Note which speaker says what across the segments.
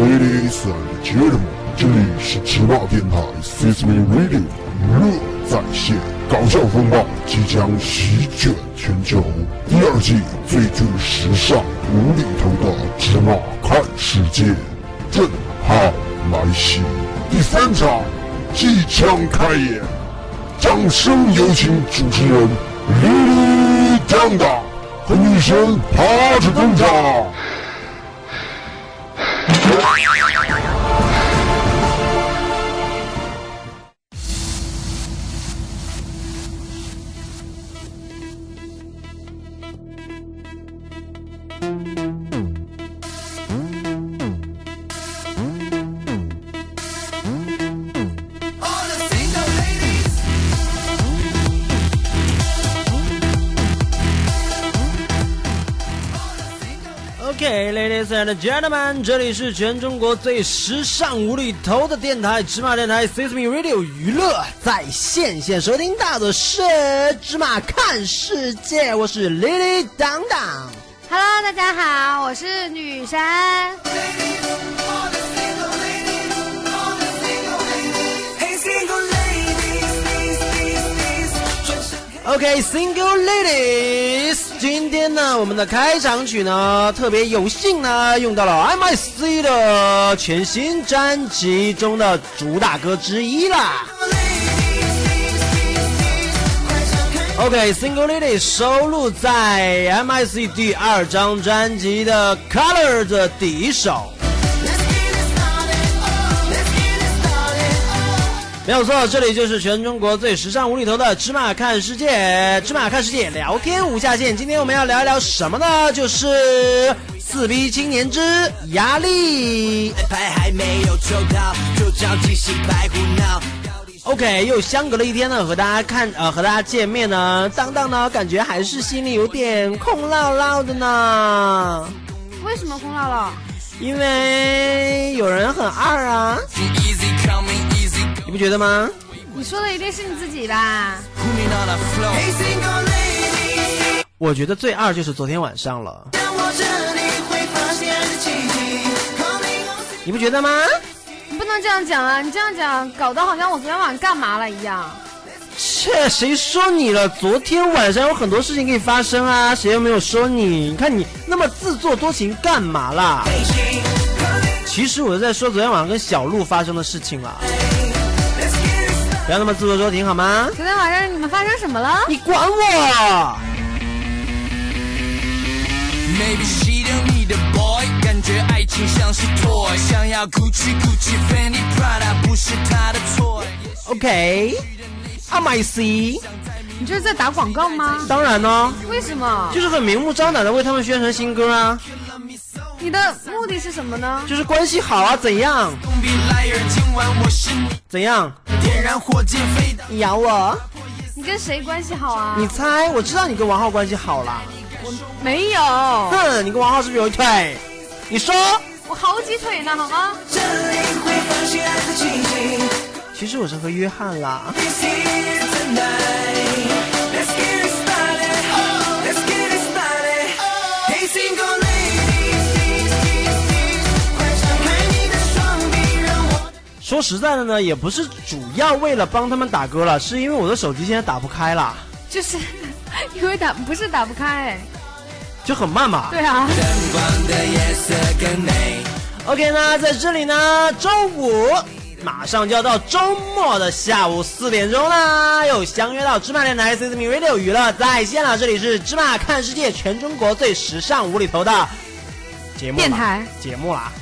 Speaker 1: Ladies and gentlemen，这里是直霸电台 Sesame Radio 娱乐在线，搞笑风暴即将席卷全球。第二季最具时尚、无厘头的直霸看世界，震撼来袭。第三场即将开演，掌声有请主持人 Lily d a n g a 和女神爬着登场。
Speaker 2: OK，ladies、and gentlemen，这里是全中国最时尚无厘头的电台——芝麻电台 Sesame Radio 娱乐在线线收听到的是芝麻看世界，我是 Lily 当当。
Speaker 3: Hello，大家好，我是女神。
Speaker 2: OK，single、ladies，今天呢，我们的开场曲呢，特别有幸呢，用到了 MIC 的全新专辑中的主打歌之一啦。OK，single、ladies 收录在 MIC 第二张专辑的《Color》的第一首。没有错，这里就是全中国最时尚无厘头的芝麻看世界，芝麻看世界聊天无下限。今天我们要聊一聊什么呢？就是四逼青年之压力。
Speaker 4: 牌还没有抽到，就叫即兴白胡闹。
Speaker 2: OK，又相隔了一天呢，和大家看呃和大家见面呢，当当呢感觉还是心里有点空落落的呢，
Speaker 3: 为什么空落落？
Speaker 2: 因为有人很二啊，
Speaker 4: The easy coming easy
Speaker 2: 你不觉得吗？
Speaker 3: 你说的一定是你自己吧？
Speaker 4: coming on a flow。Hey single lady，
Speaker 2: 我觉得最二就是昨天晚上了，
Speaker 4: 到我这里会发现爱的奇迹。Coming on
Speaker 2: 你不觉得吗？
Speaker 3: 你不能这样讲啊！你这样讲，搞得好像我昨天晚上干嘛了一样。
Speaker 2: 切，谁说你了？昨天晚上有很多事情可以发生啊，谁又没有说你？你看你那么自作多情干嘛啦？
Speaker 4: station。Coming
Speaker 2: 其实我是在说昨天晚上跟小鹿发生的事情啦，
Speaker 4: let's get it started。
Speaker 2: 不要那么自作多情好吗？
Speaker 3: 昨天晚上你们发生什么了？
Speaker 2: 你管我！
Speaker 4: Maybe she don't need a boy，感觉爱情像是 toy，想要 Gucci Gucci Fendi Prada 不是她的错。
Speaker 2: OK，阿麦 C，
Speaker 3: 你这是在打广告吗？
Speaker 2: 当然呢、
Speaker 3: 为什么？
Speaker 2: 就是很明目张胆的为他们宣传新歌啊，
Speaker 3: 你的目的是什么呢？
Speaker 2: 就是关系好啊，怎样
Speaker 4: Don't be liar，今晚我是你
Speaker 2: 怎样？
Speaker 4: 点燃火箭飞到。
Speaker 2: 你咬我？
Speaker 3: 你跟谁关系好啊
Speaker 2: 你？猜？我知道你跟王浩关系好啦，
Speaker 3: 没有，
Speaker 2: 哼，你跟王浩是不是有一腿？你说？
Speaker 3: 我好几腿呢，好吗？
Speaker 4: 这里会发现爱的奇迹。
Speaker 2: 其实我是和约翰啦。
Speaker 4: This is the night. Let's get it started. Oh, let's get it started. Hey single ladies，快张开你的双臂，让我
Speaker 2: 说实在的呢，也不是主要为了帮他们打歌了，是因为我的手机现在打不开了，
Speaker 3: 就是因为打不是打不开，
Speaker 2: 就很慢嘛。
Speaker 3: 对啊。
Speaker 4: 灯光的夜色更美。
Speaker 2: OK 那在这里呢，周五马上就要到周末的下午四点钟啦，又相约到芝麻电台 C C M Radio 娱乐在线了。这里是芝麻看世界，全中国最时尚无厘头的节目啦
Speaker 3: 电台
Speaker 2: 节目啦。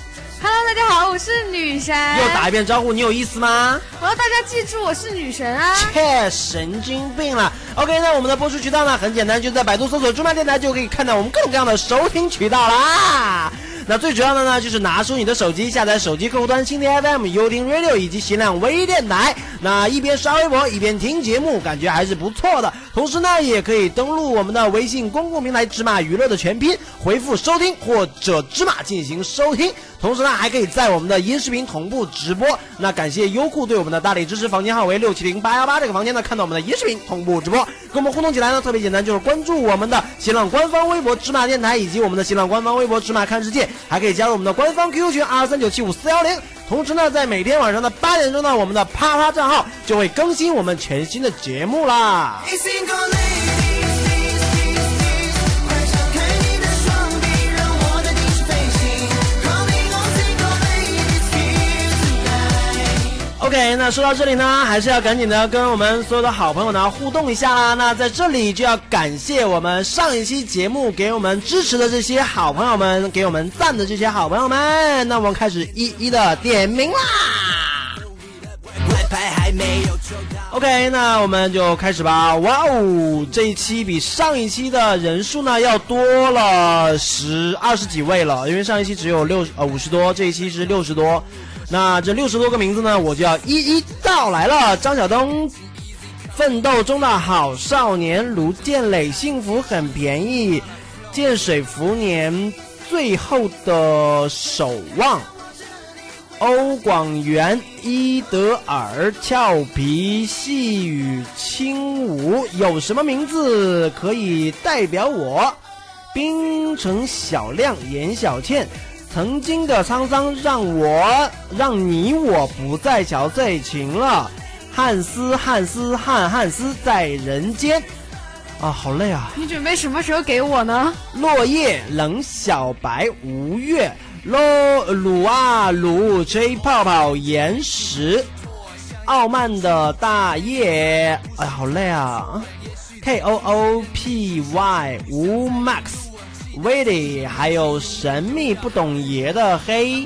Speaker 3: Hello，大家好，我是女神。
Speaker 2: 又打一遍招呼，你有意思吗？
Speaker 3: 我要大家记住我是女神啊！
Speaker 2: 切，神经病了。OK，那我们的播出渠道呢？很简单，就在百度搜索“芝麻电台”就可以看到我们各种各样的收听渠道啦。那最主要的呢，就是拿出你的手机，下载手机客户端蜻蜓 FM、优听 Radio 以及新浪微电台。那一边刷微博一边听节目，感觉还是不错的。同时呢，也可以登录我们的微信公共平台“芝麻娱乐”的全拼，回复“收听”或者“芝麻”进行收听。同时呢，还可以在我们的音视频同步直播。那感谢优酷对我们的大力支持，房间号为六七零八幺八，这个房间呢看到我们的音视频同步直播，跟我们互动起来呢特别简单，就是关注我们的新浪官方微博“芝麻电台”以及我们的新浪官方微博“芝麻看世界”，还可以加入我们的官方 QQ 群二三九七五四幺零。同时呢，在每天晚上的八点钟呢，我们的啪啪账号就会更新我们全新的节目啦。
Speaker 4: 一心勾勒，快张开你的双臂，让我带你去飞行。Calling all single ladies here tonight。
Speaker 2: OK，那说到这里呢，还是要赶紧的跟我们所有的好朋友呢互动一下啦。那在这里就要感谢我们上一期节目给我们支持的这些好朋友们，给我们赞的这些好朋友们。那我们开始一一的点名啦。
Speaker 4: 外牌还没
Speaker 5: oh,
Speaker 4: 有抽到。
Speaker 2: OK，那我们就开始吧。哇哦，这一期比上一期的人数呢要多了十二十几位了，因为上一期只有六呃五十多，这一期是六十多。那这六十多个名字呢，我就要一一道来了。张晓东，奋斗中的好少年；卢建磊，幸福很便宜；建水福年，最后的守望。欧广元、伊德尔、俏皮、细雨、轻舞，有什么名字可以代表我？冰城小亮、严小倩，曾经的沧桑让我让你我不再憔悴情了。汉斯，汉斯，汉汉斯在人间。啊，好累啊！
Speaker 3: 你准备什么时候给我呢？
Speaker 2: 落叶、冷小白、吴越、喽鲁啊鲁、吹泡泡、岩石、傲慢的大叶，哎呀，好累啊！K O O P Y 吴 Max、威利，还有神秘不懂爷的黑、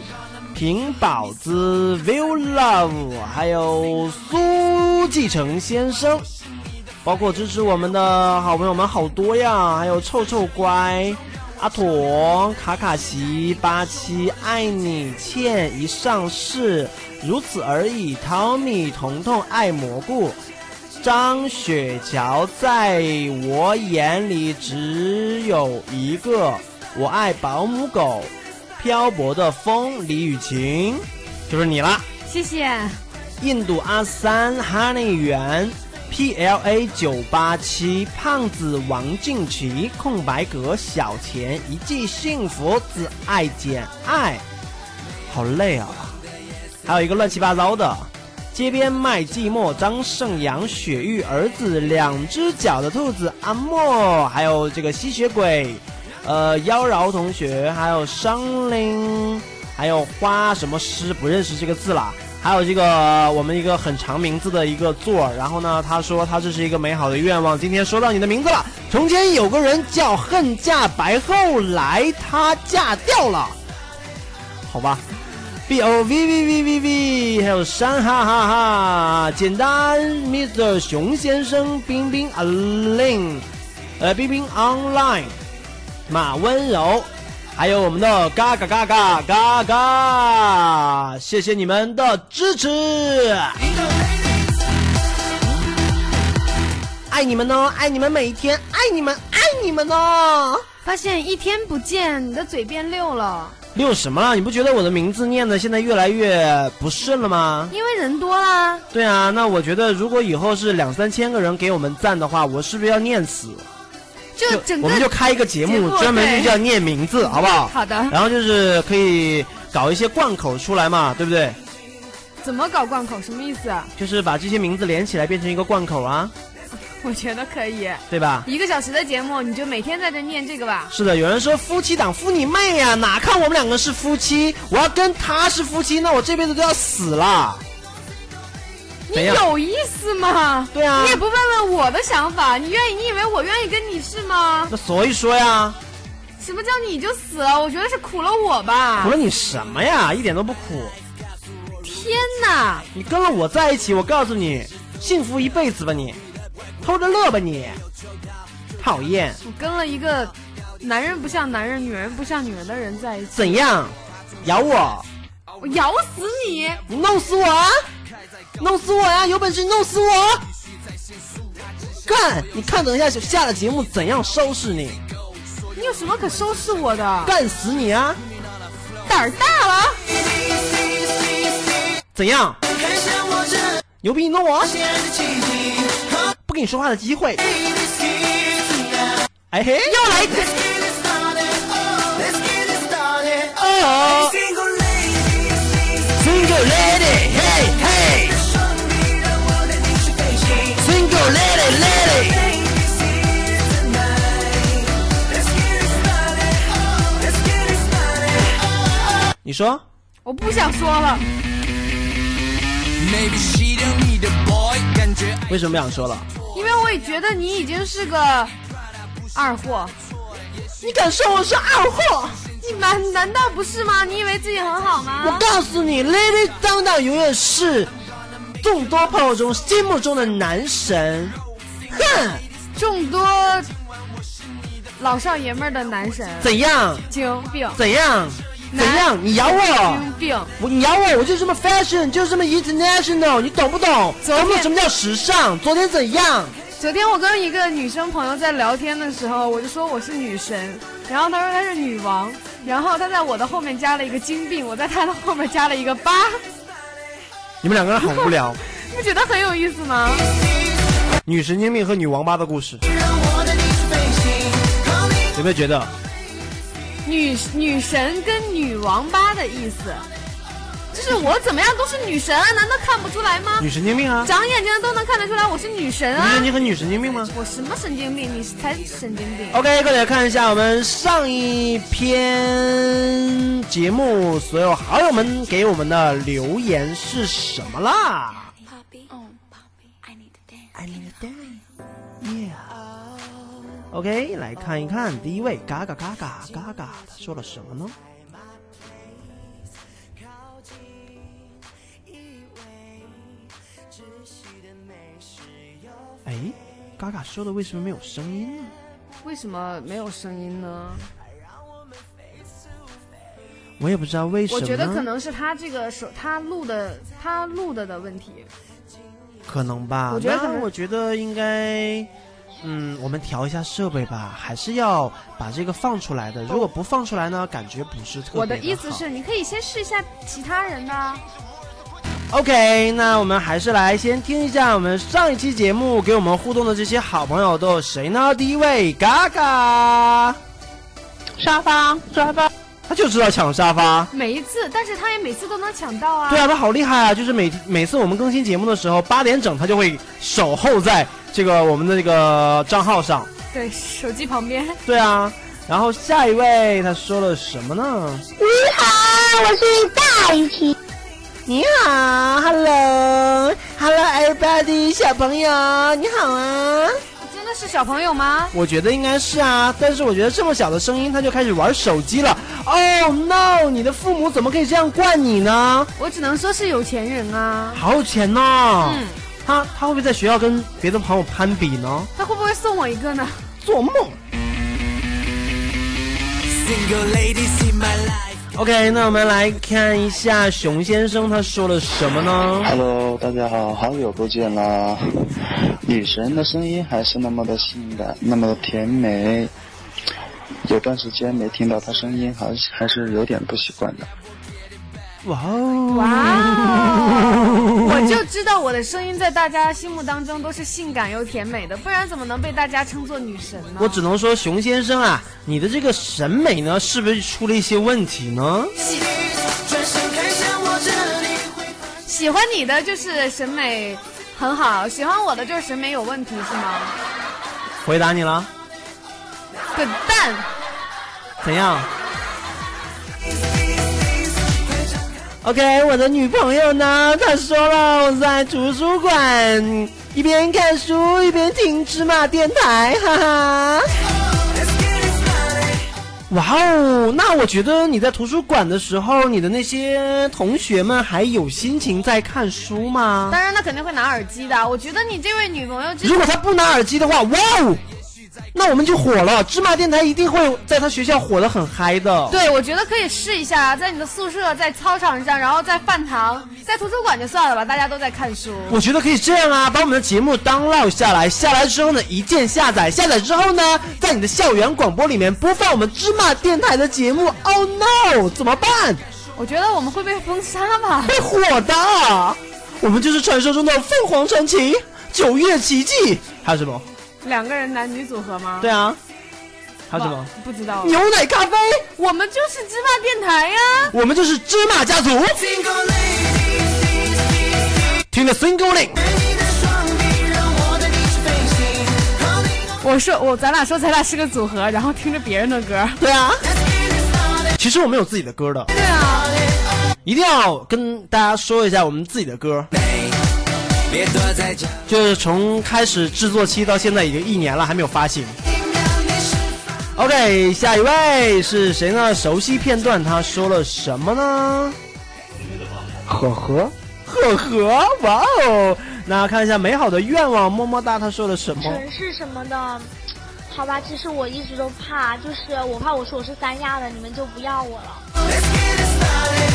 Speaker 2: 平宝子、Will Love，还有苏继成先生。包括支持我们的好朋友们好多呀，还有臭臭乖、阿妥、卡卡西、八七、爱你、倩一上市，如此而已。淘米、彤彤爱蘑菇，张雪桥在我眼里只有一个，我爱保姆狗，漂泊的风，李雨晴，就是你啦。
Speaker 3: 谢谢。
Speaker 2: 印度阿三、哈内元、PLA 九八七、胖子王静琪、空白格小钱、一记幸福、自爱简爱，好累啊！还有一个乱七八糟的，街边卖寂寞、张胜阳、雪域儿子、两只脚的兔子、阿莫，还有这个吸血鬼，呃，妖娆同学，还有商林，还有花什么诗不认识这个字啦。还有这个呃我们一个很长名字的一个座儿，然后呢，他说他这是一个美好的愿望。今天说到你的名字了，从前有个人叫恨嫁白，后来她嫁掉了，好吧。B O V V V V V，还有山哈哈哈，简单 Mr. 熊先生，冰冰 Aline，呃，冰冰 Online，马温柔，还有我们的嘎嘎嘎嘎嘎嘎，谢谢你们的支持，爱你们哦，爱你们每一天，爱你们，爱你们哦。
Speaker 3: 发现一天不见，你的嘴变溜了，
Speaker 2: 六什么了？你不觉得我的名字念的现在越来越不顺了吗？
Speaker 3: 因为人多啦。
Speaker 2: 对啊，那我觉得如果以后是两三千个人给我们赞的话，我是不是要念死？
Speaker 3: 就整
Speaker 2: 我
Speaker 3: 个
Speaker 2: 们就开一个节
Speaker 3: 节
Speaker 2: 目，
Speaker 3: 目
Speaker 2: 专门就叫念名 字，好不好？
Speaker 3: 好的
Speaker 2: 然后就是可以搞一些贯口出来嘛，对不对？
Speaker 3: 怎么搞贯口？什么意思？
Speaker 2: 就是把这些名字连起来变成一个贯口啊，
Speaker 3: 我觉得可以，
Speaker 2: 对吧？
Speaker 3: 一个小时的节目，你就每天在这念这个吧。
Speaker 2: 是的，有人说夫妻档夫你妹呀、哪看我们两个是夫妻？我要跟他是夫妻，那我这辈子都要死了。怎
Speaker 3: 你
Speaker 2: 样
Speaker 3: 有意思吗？
Speaker 2: 对啊
Speaker 3: 你也不问问我的想法，你愿意？你以为我愿意跟你是吗？
Speaker 2: 那所以说呀，
Speaker 3: 什么叫你就死了？我觉得是苦了我吧
Speaker 2: 苦。了你什么呀？一点都不苦。
Speaker 3: 天哪，
Speaker 2: 你跟了我在一起，我告诉你，幸福一辈子吧你，偷着乐吧你，讨厌，
Speaker 3: 我跟了一个男人不像男人，女人不像女人的人在一起，
Speaker 2: 怎样？咬我，
Speaker 3: 我咬死你！
Speaker 2: 你弄死我啊！弄死我呀！有本事你弄死我！干！你看，等一下下了节目怎样收拾你？
Speaker 3: 你有什么可收拾我的？
Speaker 2: 干死你啊！
Speaker 3: 胆儿大了！
Speaker 2: 怎样？
Speaker 4: 看向我这
Speaker 2: 牛逼！你弄我啊，
Speaker 4: 亲爱的奇迹，Calling
Speaker 2: 不给你说话的机会。
Speaker 4: ladies here tonight。
Speaker 2: 哎嘿，又来一个
Speaker 4: Let's get it started, oh, let's get it started, oh. Hey
Speaker 2: 哦
Speaker 4: single ladies, ladies,
Speaker 2: ，Single lady，hey hey。
Speaker 4: show me the world that needs your patience.
Speaker 2: Single lady lady，
Speaker 4: Ladies here tonight, let's get it started. Oh, Let's get it started.
Speaker 2: 你说
Speaker 3: 我不想说了，
Speaker 5: Maybe she don't need a boy，感觉爱
Speaker 2: 为什么不想说了？
Speaker 3: 因为我也觉得你已经是个二货，
Speaker 2: 你敢说我是二货？
Speaker 3: 你难难道不是吗？你以为自己很好
Speaker 2: 我
Speaker 3: 吗？
Speaker 2: 告诉你，Lady 当当永远是众多朋友中心目中的男神。哼，
Speaker 3: 众多老少爷们儿的男神，
Speaker 2: 怎样？
Speaker 3: 精病，
Speaker 2: 怎样？怎样？你咬我，
Speaker 3: 精病，
Speaker 2: 我你咬我，我就这么 fashion，就这么 international，你懂不懂？
Speaker 3: 昨
Speaker 2: 懂
Speaker 3: 天
Speaker 2: 不懂什么叫时尚？昨天怎样？
Speaker 3: 昨天我跟一个女生朋友在聊天的时候，我就说我是女神，然后她说她是女王，然后她在我的后面加了一个金币，我在她的后面加了一个八，
Speaker 2: 你们两个人好无聊。
Speaker 3: 你不觉得很有意思吗？
Speaker 2: 女神经病和女王八的故事，有没有觉得？
Speaker 3: 女女神跟女王八的意思，就是我怎么样都是女神啊，难道看不出来吗？
Speaker 2: 女神经病啊！
Speaker 3: 长眼睛的都能看得出来我是女神
Speaker 2: 不是
Speaker 3: 啊！
Speaker 2: 你很女神经病吗？
Speaker 3: 我什么神经病？你才神经病！
Speaker 2: OK，各位来看一下我们上一篇节目所有好友们给我们的留言是什么啦
Speaker 6: Poppy. Oh, Poppy. I need to dance.
Speaker 2: ？I need a dance，yeah。OK，来看一看第一位，嘎嘎嘎嘎嘎嘎，他说了什么呢？哎，嘎嘎说的为什么没有声音呢？
Speaker 3: 为什么没有声音呢？
Speaker 2: 我也不知道为什么
Speaker 3: 我
Speaker 2: 呢。
Speaker 3: 觉得可能是他这个手，他录的，他录的的问题。
Speaker 2: 可能吧。
Speaker 3: 我觉得可
Speaker 2: 那
Speaker 3: 能
Speaker 2: 我觉得应该，嗯，我们调一下设备吧，还是要把这个放出来的。如果不放出来呢，感觉不是特别
Speaker 3: 我
Speaker 2: 的
Speaker 3: 的意思
Speaker 2: 好
Speaker 3: 是，你可以先试一下其他人的啊。
Speaker 2: ，OK，那我们还是来先听一下我们上一期节目给我们互动的这些好朋友都有谁呢？第一位，嘎嘎，
Speaker 7: 沙发，沙发，
Speaker 2: 他就知道抢沙发。
Speaker 3: 每一次，但是他也每次都能抢到啊。
Speaker 2: 对啊，他好厉害啊！就是每每次我们更新节目的时候，八点整他就会守候在这个我们的这个账号上。
Speaker 3: 对，手机旁边。
Speaker 2: 对啊，然后下一位他说了什么呢？
Speaker 7: 你好，我是大鱼皮。
Speaker 2: 你好，Hello，Hello everybody，小朋友，你好啊。
Speaker 3: 真的是小朋友吗？
Speaker 2: 我觉得应该是啊，但是我觉得这么小的声音，他就开始玩手机了。Oh no，你的父母怎么可以这样惯你呢？
Speaker 3: 我只能说是有钱人啊。
Speaker 2: 好有钱哦。嗯。他他会不会在学校跟别的朋友攀比呢？
Speaker 3: 他会不会送我一个呢？
Speaker 2: 做梦。
Speaker 4: Single ladies in my life.
Speaker 2: OK，那我们来看一下熊先生他说了什么呢？
Speaker 8: Hello，大家好，好久不见啦！女神的声音还是那么的性感，那么的甜美。有段时间没听到她声音，还是还是有点不习惯的。
Speaker 2: 哇哦！
Speaker 3: 哇哦！ 我就知道我的声音在大家心目当中都是性感又甜美的，不然怎么能被大家称作女神呢？
Speaker 2: 我只能说，熊先生啊，你的这个审美呢，是不是出了一些问题呢？
Speaker 4: 转身看向我这里，会
Speaker 3: 喜欢你的就是审美很好，喜欢我的就是审美有问题，是吗？
Speaker 2: 回答你了，
Speaker 3: 滚蛋！
Speaker 2: 怎样？OK，我的女朋友呢？她说了，我在图书馆一边看书一边听芝麻电台，哈哈。
Speaker 4: Let's get it started.
Speaker 2: 哇哦，那我觉得你在图书馆的时候，你的那些同学们还有心情在看书吗？
Speaker 3: 当然，他肯定会拿耳机的。我觉得你这位女朋友真
Speaker 2: 如果他不拿耳机的话，哇哦，那我们就火了。芝麻电台一定会在他学校火得很嗨的。
Speaker 3: 对，我觉得可以试一下，在你的宿舍，在操场上，然后在饭堂，在图书馆就算了吧，大家都在看书。
Speaker 2: 我觉得可以这样啊，把我们的节目 download 下来，下来之后呢，一键下载，下载之后呢，在你的校园广播里面播放我们芝麻电台的节目。Oh no，怎么办？
Speaker 3: 我觉得我们会被封杀吧。
Speaker 2: 会火的。我们就是传说中的凤凰传奇、九月奇迹，还有什么？
Speaker 3: 两个人男女组合吗？
Speaker 2: 对啊，还有什么？
Speaker 3: 不知道，
Speaker 2: 牛奶咖啡，
Speaker 3: 我们就是芝麻电台呀。
Speaker 2: 我们就是芝麻家族，
Speaker 4: Single ladies，
Speaker 2: 听着 Single Link。
Speaker 4: 爱你的双臂让我带你去飞行。Holding on,
Speaker 3: 我说我，咱俩说咱俩是个组合，然后听着别人的歌。
Speaker 2: 对啊，
Speaker 4: let's get it started,
Speaker 2: 其实我们有自己的歌的，
Speaker 3: 对啊，
Speaker 2: 一定要跟大家说一下我们自己的歌。
Speaker 5: 别躲在角
Speaker 2: 就是从开始制作期到现在已经一年了，还没有发行。OK，下一位是谁呢？熟悉片段，他说了什么呢？呵呵，呵呵，哇哦！那看一下美好的愿望，么么哒，他说了什么？
Speaker 7: 城市什么的，好吧，其实我一直都怕，就是我怕我说我是三亚的，你们就不要我了。
Speaker 4: let's get it started.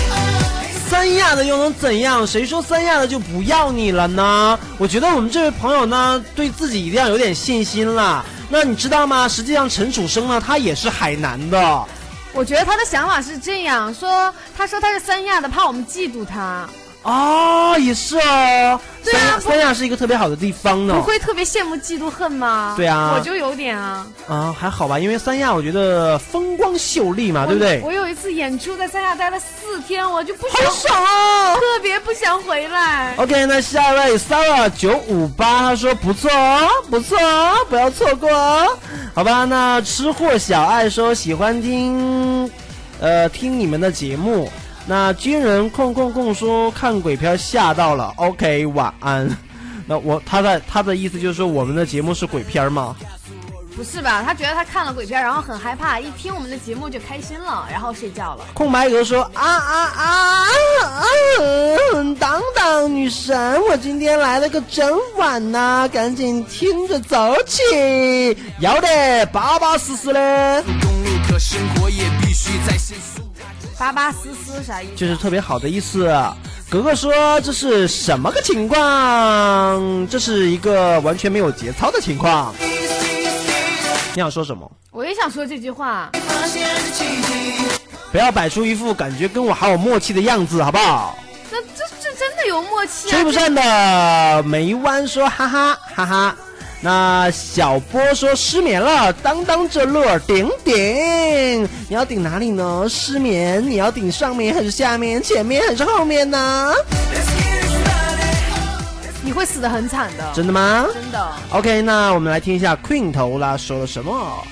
Speaker 2: 三亚的又能怎样？谁说三亚的就不要你了呢？我觉得我们这位朋友呢，对自己一定要有点信心啦。那你知道吗？实际上陈楚生呢，他也是海南的。
Speaker 3: 我觉得他的想法是这样说，他说他是三亚的，怕我们嫉妒他，
Speaker 2: 啊、也是哦。
Speaker 3: 对啊
Speaker 2: 三
Speaker 3: 不
Speaker 2: 三亚是一个特别好的地方呢
Speaker 3: 不。会特别羡慕、嫉妒、恨吗？
Speaker 2: 对啊
Speaker 3: 我就有点啊，
Speaker 2: 啊，还好吧，因为三亚我觉得风光秀丽嘛，对不对
Speaker 3: 我？我有一次演出在三亚待了四天，我就不想
Speaker 2: 好，爽哦。
Speaker 3: 特别不想回来。
Speaker 2: OK，那下一位 Sarah 九五八，他说不错哦，不错哦，不要错过哦。好吧，那吃货小爱说喜欢听，呃，听你们的节目。那军人控控控说看鬼片吓到了。OK，晚安。那我他的他的意思就是说我们的节目是鬼片吗？
Speaker 3: 不是吧？他觉得他看了鬼片，然后很害怕，一听我们的节目就开心了，然后睡觉了。
Speaker 2: 空白格说啊啊啊啊！嗯等等，女神，我今天来了个整晚呐、赶紧听着走起，要得，巴巴适适嘞。
Speaker 5: 度公路，可生活也必须在限速。
Speaker 3: 巴巴思思啥意思？
Speaker 2: 就是特别好的意思。格格说这是什么个情况？这是一个完全没有节操的情况。你想说什么？
Speaker 3: 我也想说这句话。
Speaker 2: 不要摆出一副感觉跟我好有默契的样子，好不好？
Speaker 3: 这这这真的有默契啊！
Speaker 2: 追不上的梅湾说哈哈哈哈，那小波说失眠了，当当这乐儿顶顶，你要顶哪里呢？失眠，你要顶上面还是下面？前面还是后面呢？
Speaker 4: Let's get it started.
Speaker 3: 你会死的很惨的，
Speaker 2: 真的吗
Speaker 3: 真的。
Speaker 2: ？OK，那我们来听一下 Queen 头啦说了什么？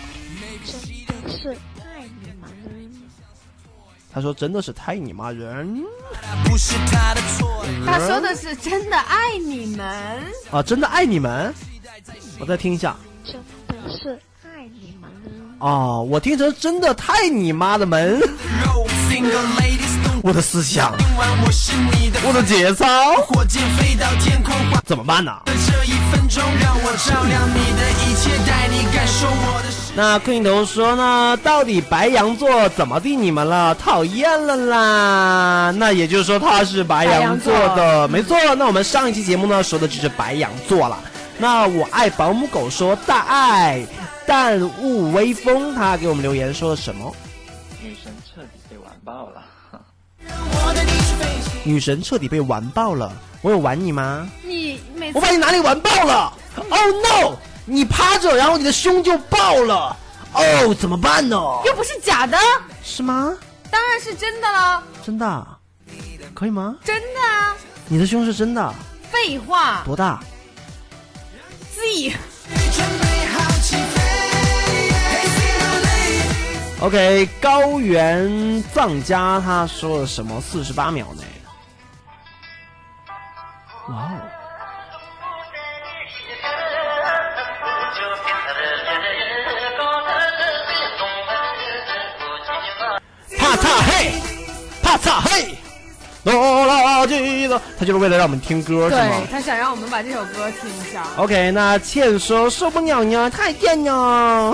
Speaker 7: 是爱你吗？
Speaker 2: 他说真的是太你妈人
Speaker 5: 不是他的错，
Speaker 2: 嗯
Speaker 3: 他说的是真的爱你们，
Speaker 2: 啊，真的爱你们。我再听一下
Speaker 7: 真的是爱你吗？
Speaker 2: 哦，我听成真的太你妈的门，
Speaker 5: 肉 single ladies 动
Speaker 2: 我的思想，
Speaker 5: 今晚我是你的
Speaker 2: 我的节操，
Speaker 5: 火箭飞到天空，划
Speaker 2: 怎么办呢？
Speaker 5: 的这一分钟让我照亮你的一切，带你感受我的世界。
Speaker 2: 那 Queen 头说呢，到底白羊座怎么地你们了？讨厌了啦！那也就是说他是白羊座
Speaker 3: 白
Speaker 2: 的，没错。那我们上一期节目呢说的就是白羊座了。那我爱保姆狗说大爱，淡雾微风，他给我们留言说了什么？
Speaker 8: 女神彻底被完爆了。
Speaker 2: 女神彻底被完爆了，我有玩你吗？
Speaker 3: 你每次
Speaker 2: 我把你哪里完爆了？Oh no！你趴着，然后你的胸就爆了，哦、怎么办呢？
Speaker 3: 又不是假的，
Speaker 2: 是吗？
Speaker 3: 当然是真的了，
Speaker 2: 真的啊？可以吗？
Speaker 3: 真的啊！
Speaker 2: 你的胸是真的？
Speaker 3: 废话
Speaker 2: 多大？
Speaker 3: ，Z
Speaker 4: 准备好起飞，Hey single lady。
Speaker 2: OK，高原藏家他说了什么？四十八秒内。哇哦！啪嚓嘿，啪嚓嘿，哦哆啦叽的，他就是为了让我们听歌是吗
Speaker 3: 对他想让我们把这首歌听一下。
Speaker 2: ？OK，那倩说受不了呢，太贱呢，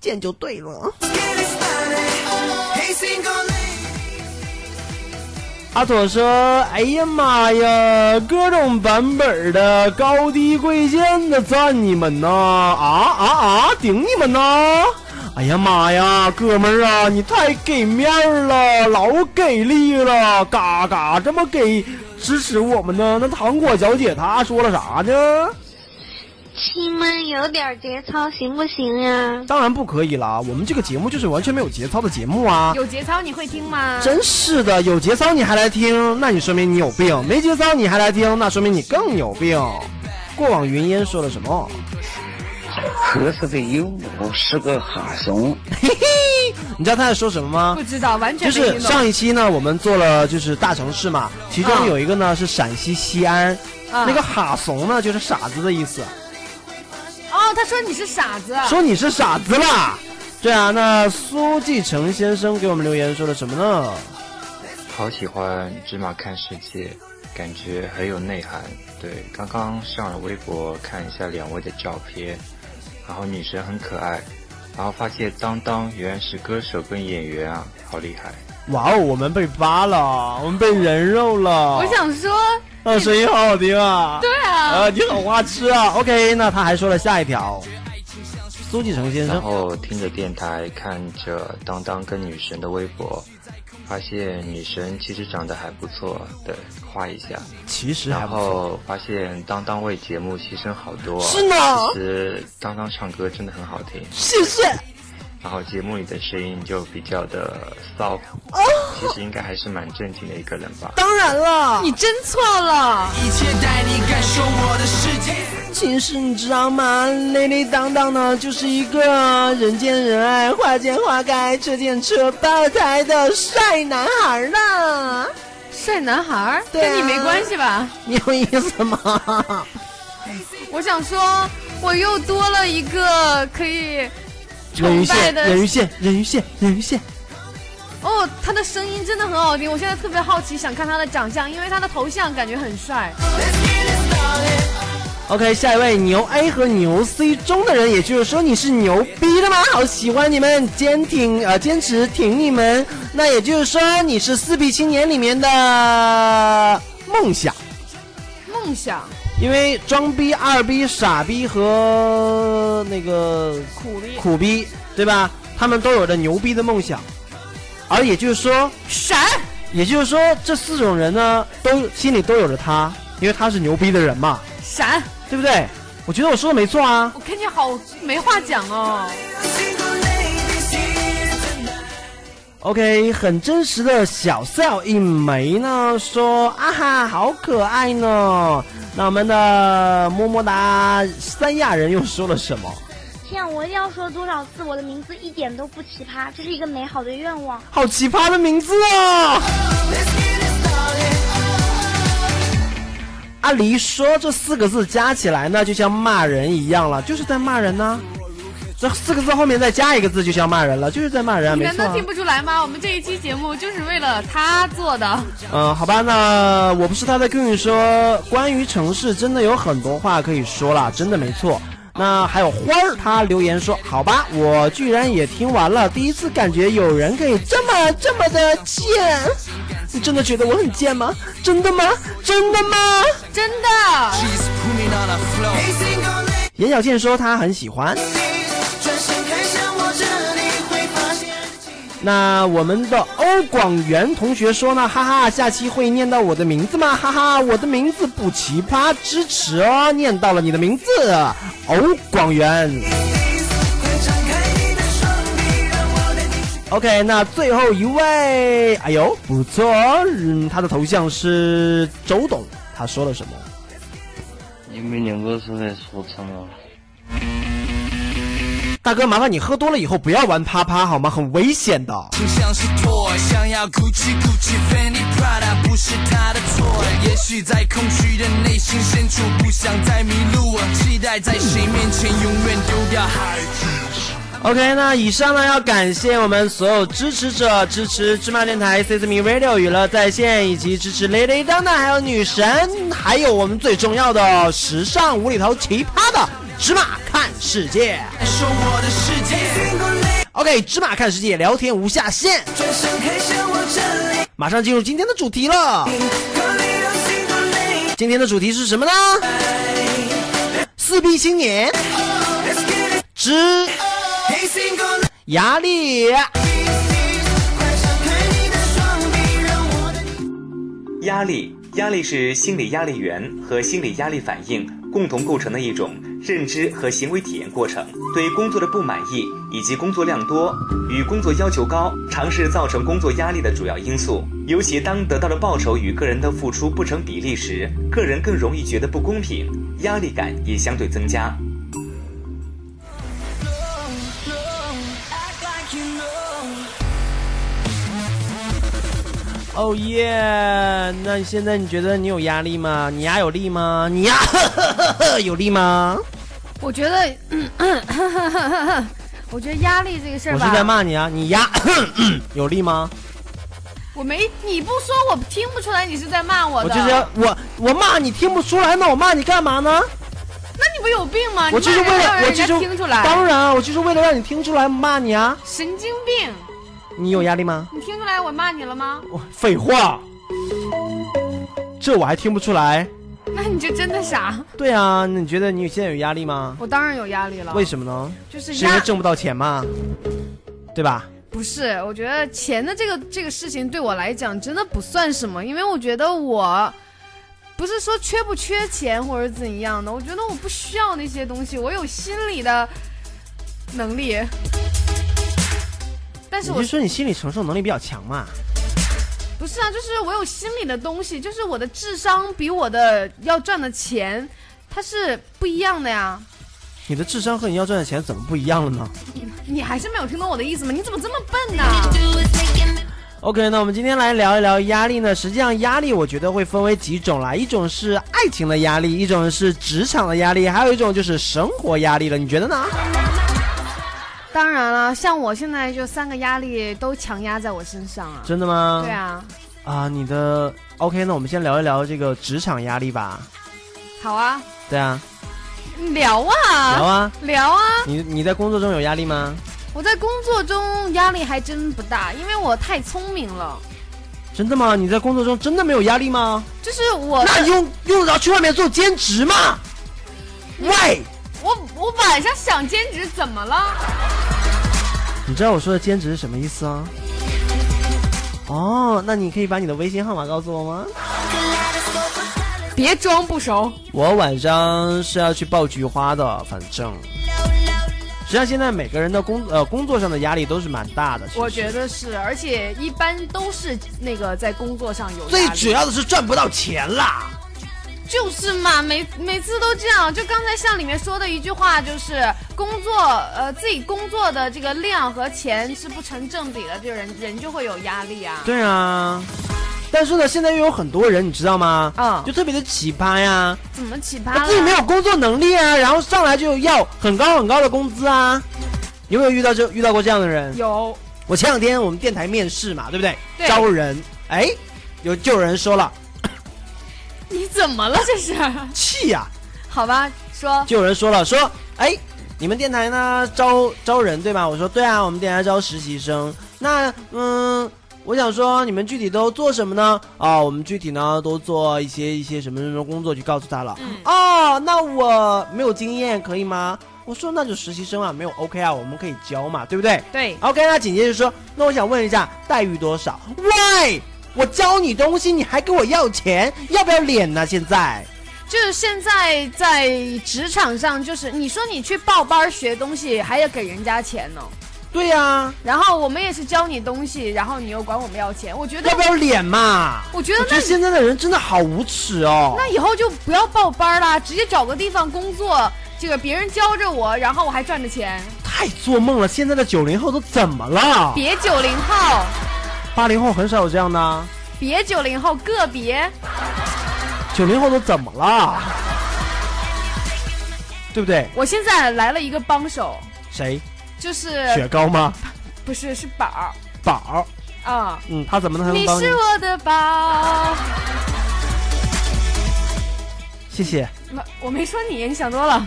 Speaker 2: 贱就对了。
Speaker 4: Get it started. Hey single lady.
Speaker 2: 阿妥说：“哎呀妈呀，各种版本的高低贵贱的赞你们呐！啊啊啊，顶你们呐！哎呀妈呀，哥们儿啊，你太给面儿了，老给力了，嘎嘎这么给支持我们呢？那糖果小姐她说了啥呢？
Speaker 7: 亲们有点节操行不行呀？
Speaker 2: 当然不可以啦，我们这个节目就是完全没有节操的节目啊！
Speaker 3: 有节操你会听吗？
Speaker 2: 真是的，有节操你还来听，那你说明你有病；没节操你还来听，那说明你更有病。过往云烟说了什么？
Speaker 8: 合适的鹦鹉是个哈怂。
Speaker 2: 嘿嘿，你知道他在说什么吗
Speaker 3: 不？知道，完全
Speaker 2: 就
Speaker 3: 没
Speaker 2: 是
Speaker 3: 听懂。
Speaker 2: 上一期呢，我们做了就是大城市嘛，其中
Speaker 3: 嗯
Speaker 2: 有一个呢是陕西西安，
Speaker 3: 嗯
Speaker 2: 那个哈怂呢就是傻子的意思，
Speaker 3: 哦，他说你是傻子，
Speaker 2: 说你是傻子啦。对啊，那苏继成先生给我们留言说了什么呢？
Speaker 9: 好喜欢芝麻看世界，感觉很有内涵。对，刚刚上了微博看一下两位的照片，然后女神很可爱，然后发现当当原来是歌手跟演员啊，好厉害！
Speaker 2: 哇哦，我们被扒了，我们被人肉了。
Speaker 3: 我想说，
Speaker 2: 啊，声音好好听啊！
Speaker 3: 对啊，
Speaker 2: 啊，你好花痴啊。OK，那他还说了下一条，苏继成先
Speaker 9: 然
Speaker 2: 生，
Speaker 9: 后听着电台，看着当当跟女神的微博，发现女神其实长得还不错，对，夸一下。
Speaker 2: 其实还
Speaker 9: 然
Speaker 2: 不错。
Speaker 9: 后发现当当为节目牺牲好多，
Speaker 2: 是呢
Speaker 9: 其实当当唱歌真的很好听，
Speaker 2: 谢谢。
Speaker 9: 然后节目里的声音就比较的骚，其实应该还是蛮正经的一个人吧。
Speaker 2: 哦当然了，
Speaker 3: 你真错了。
Speaker 5: 一切带你感受我的世界。
Speaker 2: 其实你知道吗？雷雷当当呢，就是一个人见人爱、花见花开、车见车爆胎的帅男孩呢。
Speaker 3: 帅男孩儿、
Speaker 2: 对啊
Speaker 3: 跟你没关系吧？
Speaker 2: 你有意思 吗？
Speaker 3: 我想说，我又多了一个可以
Speaker 2: 人鱼
Speaker 3: 崇拜
Speaker 2: 线，
Speaker 3: 的
Speaker 2: 人鱼线，人鱼线，人鱼线。
Speaker 3: 哦，他的声音真的很好听。我现在特别好奇，想看他的长相，因为他的头像感觉很帅。
Speaker 2: OK，下一位牛 A 和牛 C 中的人，也就是说你是牛逼的吗？好喜欢你们，坚挺呃坚持挺你们。那也就是说你是四 B 青年里面的梦想，
Speaker 3: 梦想
Speaker 2: 因为装逼、二逼、傻逼和那个
Speaker 3: 苦力
Speaker 2: 苦逼，对吧？他们都有着牛逼的梦想，而也就是说，
Speaker 3: 闪，
Speaker 2: 也就是说这四种人呢，都心里都有着他，因为他是牛逼的人嘛，
Speaker 3: 闪，
Speaker 2: 对不对？我觉得我说的没错啊。
Speaker 3: 我看你好没话讲哦。
Speaker 2: OK，很真实的小 cell 一枚呢，说啊哈，好可爱呢。那我们的么么哒三亚人又说了什么？
Speaker 7: 天，我要说多少次我的名字一点都不奇葩，这是一个美好的愿望。
Speaker 2: 好奇葩的名字啊！阿狸说这四个字加起来呢，就像骂人一样了，就是在骂人呢、这四个字后面再加一个字，就像骂人了，就是在骂人啊，
Speaker 3: 你
Speaker 2: 没
Speaker 3: 难
Speaker 2: 错、
Speaker 3: 道
Speaker 2: 啊。
Speaker 3: 听不出来吗？我们这一期节目就是为了他做的。
Speaker 2: 嗯，好吧，那我不是他在跟你说，关于城市真的有很多话可以说啦，真的没错。那还有花儿，他留言说：“好吧，我居然也听完了，第一次感觉有人可以这么这么的贱。你真的觉得我很贱吗？真的吗？真的吗
Speaker 3: 真的，
Speaker 5: She's putting on a flow，
Speaker 4: Single？”
Speaker 2: 严小倩说她很喜欢。
Speaker 4: lady，转身看向我这里，会发现
Speaker 2: 那我们的欧广元同学说呢，哈哈，下期会念到我的名字吗？哈哈，我的名字不奇葩，支持哦，念到了你的名字，欧广元。
Speaker 4: 快张开你的双臂，让我来听。
Speaker 2: OK，那最后一位，哎呦，不错哦，嗯，他的头像是周董，他说了什么？
Speaker 8: 你们两个是在说什么？
Speaker 2: 大哥，麻烦你喝多了以后不要玩啪啪好吗？很危险的。
Speaker 5: 就像是托儿，想要 Gucci Gucci Fendi Prada，不是他的错儿。也许在空虚的内心深处，不想再迷路了，期待在谁面前永远丢掉孩子。
Speaker 2: OK，那以上呢要感谢我们所有支持者，支持芝麻电台、Sesame Radio 娱乐在线，以及支持 Lady Dana，还有女神，还有我们最重要的时尚无厘头奇葩的芝麻看世界。
Speaker 5: 感受我的世界，
Speaker 4: Single lady，
Speaker 2: OK，芝麻看世界，聊天无下限，
Speaker 4: 转身看向我这里，
Speaker 2: 马上进入今天的主题了。
Speaker 4: 快点让 Single lady
Speaker 2: 今天的主题是什么呢？四 B 青年
Speaker 4: Let's get it
Speaker 2: 之
Speaker 4: Hey single，
Speaker 2: 压力。
Speaker 4: 快张开你的双臂，让我的
Speaker 9: 压力
Speaker 10: 压力是心理压力源和心理压力反应共同构成的一种认知和行为体验过程。对工作的不满意以及工作量多与工作要求高，常是造成工作压力的主要因素。尤其当得到的报酬与个人的付出不成比例时，个人更容易觉得不公平，压力感也相对增加。
Speaker 2: 哦耶！那现在你觉得你有压力吗？你呀有力吗？你呀 有力吗？
Speaker 3: 我觉得，嗯我觉得压力这个事儿
Speaker 2: 我
Speaker 3: 吧，
Speaker 2: 是在骂你啊！你呀 有力吗？
Speaker 3: 我没你不说，我听不出来你是在骂我
Speaker 2: 我
Speaker 3: 的。
Speaker 2: 就是要我我骂你听不出来，那我骂你干嘛呢？
Speaker 3: 那你不有病吗？
Speaker 2: 我就是为了我
Speaker 3: 你骂人还要让人家
Speaker 2: 就是
Speaker 3: 听出来，
Speaker 2: 当然啊我就是为了让你听出来骂你啊！
Speaker 3: 神经病！
Speaker 2: 你有压力吗？
Speaker 3: 你听出来我骂你了吗？
Speaker 2: 我废话，这我还听不出来。
Speaker 3: 那你就真的傻。
Speaker 2: 对啊，那你觉得你现在有压力吗？
Speaker 3: 我当然有压力了。
Speaker 2: 为什么呢？
Speaker 3: 就是
Speaker 2: 因为
Speaker 3: 压
Speaker 2: 挣不到钱嘛，对吧？
Speaker 3: 不是，我觉得钱的这个这个事情对我来讲真的不算什么，因为我觉得我不是说缺不缺钱或者怎样的，我觉得我不需要那些东西，我有心理的能力。但是
Speaker 2: 你
Speaker 3: 我
Speaker 2: 就说你心理承受能力比较强嘛。
Speaker 3: 不是啊，就是我有心理的东西，就是我的智商比我的要赚的钱，它是不一样的呀。
Speaker 2: 你的智商和你要赚的钱怎么不一样了呢
Speaker 3: 你你还是没有听懂我的意思吗？你怎么这么笨呢、
Speaker 2: ？OK，那我们今天来聊一聊压力呢。实际上，压力我觉得会分为几种啦，一种是爱情的压力，一种是职场的压力，还有一种就是生活压力了。你觉得呢？
Speaker 3: 当然了，像我现在就三个压力都强压在我身上啊。
Speaker 2: 真的吗？
Speaker 3: 对。啊，
Speaker 2: 啊，你的 OK，那我们先聊一聊这个职场压力吧。
Speaker 3: 好啊，
Speaker 2: 对啊，
Speaker 3: 聊啊，
Speaker 2: 聊啊，
Speaker 3: 聊啊
Speaker 2: 你你在工作中有压力吗？
Speaker 3: 我在工作中压力还真不大，因为我太聪明了。
Speaker 2: 真的吗？你在工作中真的没有压力吗？
Speaker 3: 就是我，
Speaker 2: 那用用得着去外面做兼职吗？
Speaker 3: 嗯
Speaker 2: 喂，
Speaker 3: 我我晚上想兼职怎么了？
Speaker 2: 你知道我说的兼职是什么意思啊？哦，那你可以把你的微信号码告诉我吗？
Speaker 3: 别装不熟。
Speaker 2: 我晚上是要去爆菊花的，反正。实际上，现在每个人的工呃工作上的压力都是蛮大的。其实
Speaker 3: 我觉得是，而且一般都是那个在工作上有
Speaker 2: 最
Speaker 3: 压力
Speaker 2: 主要的是赚不到钱啦。
Speaker 3: 就是嘛，每每次都这样。就刚才像里面说的一句话，就是工作呃自己工作的这个量和钱是不成正比的，就人人就会有压力啊。
Speaker 2: 对啊，但是呢，现在又有很多人，你知道吗？
Speaker 3: 嗯啊
Speaker 2: 就特别的奇葩呀，
Speaker 3: 怎么奇葩
Speaker 2: 他
Speaker 3: 了？
Speaker 2: 自己哎没有工作能力啊，然后上来就要很高很高的工资啊。有没有遇到这遇到过这样的人？
Speaker 3: 有
Speaker 2: 我前两天我们电台面试嘛，对不对？
Speaker 3: 对
Speaker 2: 招人，哎，有就有人说了
Speaker 3: 你怎么了这是？
Speaker 2: 气呀、
Speaker 3: 好吧，说
Speaker 2: 就有人说了说，哎，你们电台呢招招人对吧？我说对啊，我们电台招实习生。那嗯，我想说你们具体都做什么呢？啊、我们具体呢都做一些一些什么什么工作，就告诉他了。哦，那我没有经验，可以吗？我说那就实习生啊，没有 OK 啊，我们可以教嘛，对不对？
Speaker 3: 对，
Speaker 2: OK，那紧接着说，那我想问一下，待遇多少？喂，我教你东西，你还给我要钱，要不要脸呢、现在
Speaker 3: 就是现在在职场上，就是你说你去报班儿学东西，还要给人家钱呢。
Speaker 2: 对呀、
Speaker 3: 然后我们也是教你东西，然后你又管我们要钱，我觉得
Speaker 2: 要不要脸嘛？
Speaker 3: 我觉得
Speaker 2: 我
Speaker 3: 那
Speaker 2: 觉得现在的人真的好无耻哦。
Speaker 3: 那以后就不要报班啦，直接找个地方工作，这个别人教着我，然后我还赚着钱。
Speaker 2: 太做梦了！现在的九零后都怎么了？
Speaker 3: 别九零后，
Speaker 2: 八零后很少有这样的啊，
Speaker 3: 别九零后，个别
Speaker 2: 九零后都怎么了？对不对？
Speaker 3: 我现在来了一个帮手，
Speaker 2: 谁？
Speaker 3: 就是
Speaker 2: 雪糕吗？
Speaker 3: 不是是宝儿
Speaker 2: 宝儿，
Speaker 3: 啊、
Speaker 2: 嗯，他怎么能
Speaker 3: 你
Speaker 2: 帮你
Speaker 3: 是？我的宝，
Speaker 2: 谢谢。
Speaker 3: 我我没说你，你想多了。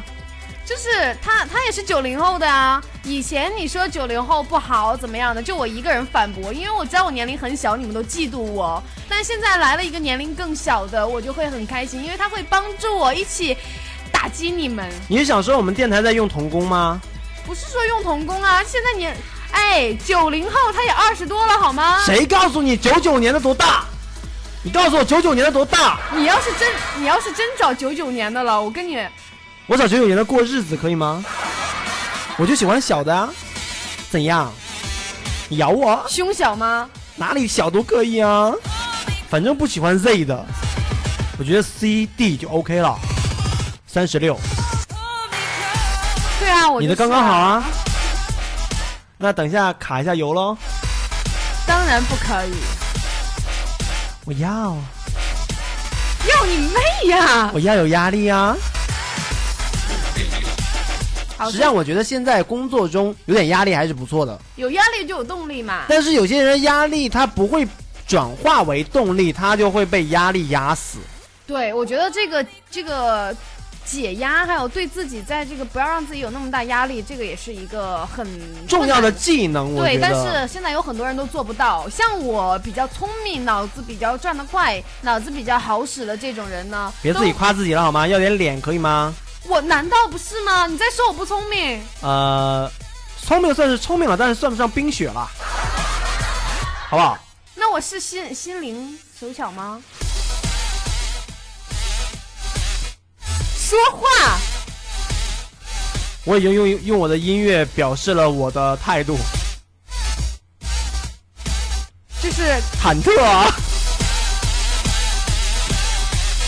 Speaker 3: 就是他，他也是九零后的啊。以前你说九零后不好怎么样的，就我一个人反驳，因为我知道我年龄很小，你们都嫉妒我。但现在来了一个年龄更小的，我就会很开心，因为他会帮助我一起打击你们。
Speaker 2: 你是想说我们电台在用童工吗？
Speaker 3: 不是说用童工啊，现在你，哎，九零后他也二十多了好吗？
Speaker 2: 谁告诉你九九年的多大？你告诉我九九年的多大？
Speaker 3: 你要是真，你要是真找九九年的了，我跟你，
Speaker 2: 我找九九年的过日子可以吗？我就喜欢小的啊，怎样？你咬我？
Speaker 3: 胸小吗？
Speaker 2: 哪里小都可以啊，反正不喜欢 Z 的，我觉得 C D 就 OK 了，三十六，
Speaker 3: 对啊，我
Speaker 2: 你的
Speaker 3: 就
Speaker 2: 刚
Speaker 3: 是
Speaker 2: 刚好啊。那等一下卡一下油喽，
Speaker 3: 当然不可以，
Speaker 2: 我要，
Speaker 3: 要你妹呀！
Speaker 2: 我要有压力啊。
Speaker 3: 好
Speaker 2: 实际上，我觉得现在工作中有点压力还是不错的，
Speaker 3: 有压力就有动力嘛。
Speaker 2: 但是有些人压力他不会转化为动力，他就会被压力压死。
Speaker 3: 对，我觉得这个这个解压，还有对自己在这个不要让自己有那么大压力，这个也是一个很
Speaker 2: 重要的技能，我觉
Speaker 3: 对，
Speaker 2: 得。
Speaker 3: 但是现在有很多人都做不到。像我比较聪明，脑子比较转得快，脑子比较好使的这种人呢，
Speaker 2: 别自己夸自己了好吗？要点脸可以吗？
Speaker 3: 都。我难道不是吗？你在说我不聪明？
Speaker 2: 呃，聪明算是聪明了，但是算不上冰雪了，好不好？
Speaker 3: 那我是心心灵手巧吗？说话，
Speaker 2: 我已经用用我的音乐表示了我的态度，
Speaker 3: 就是
Speaker 2: 忐忑啊！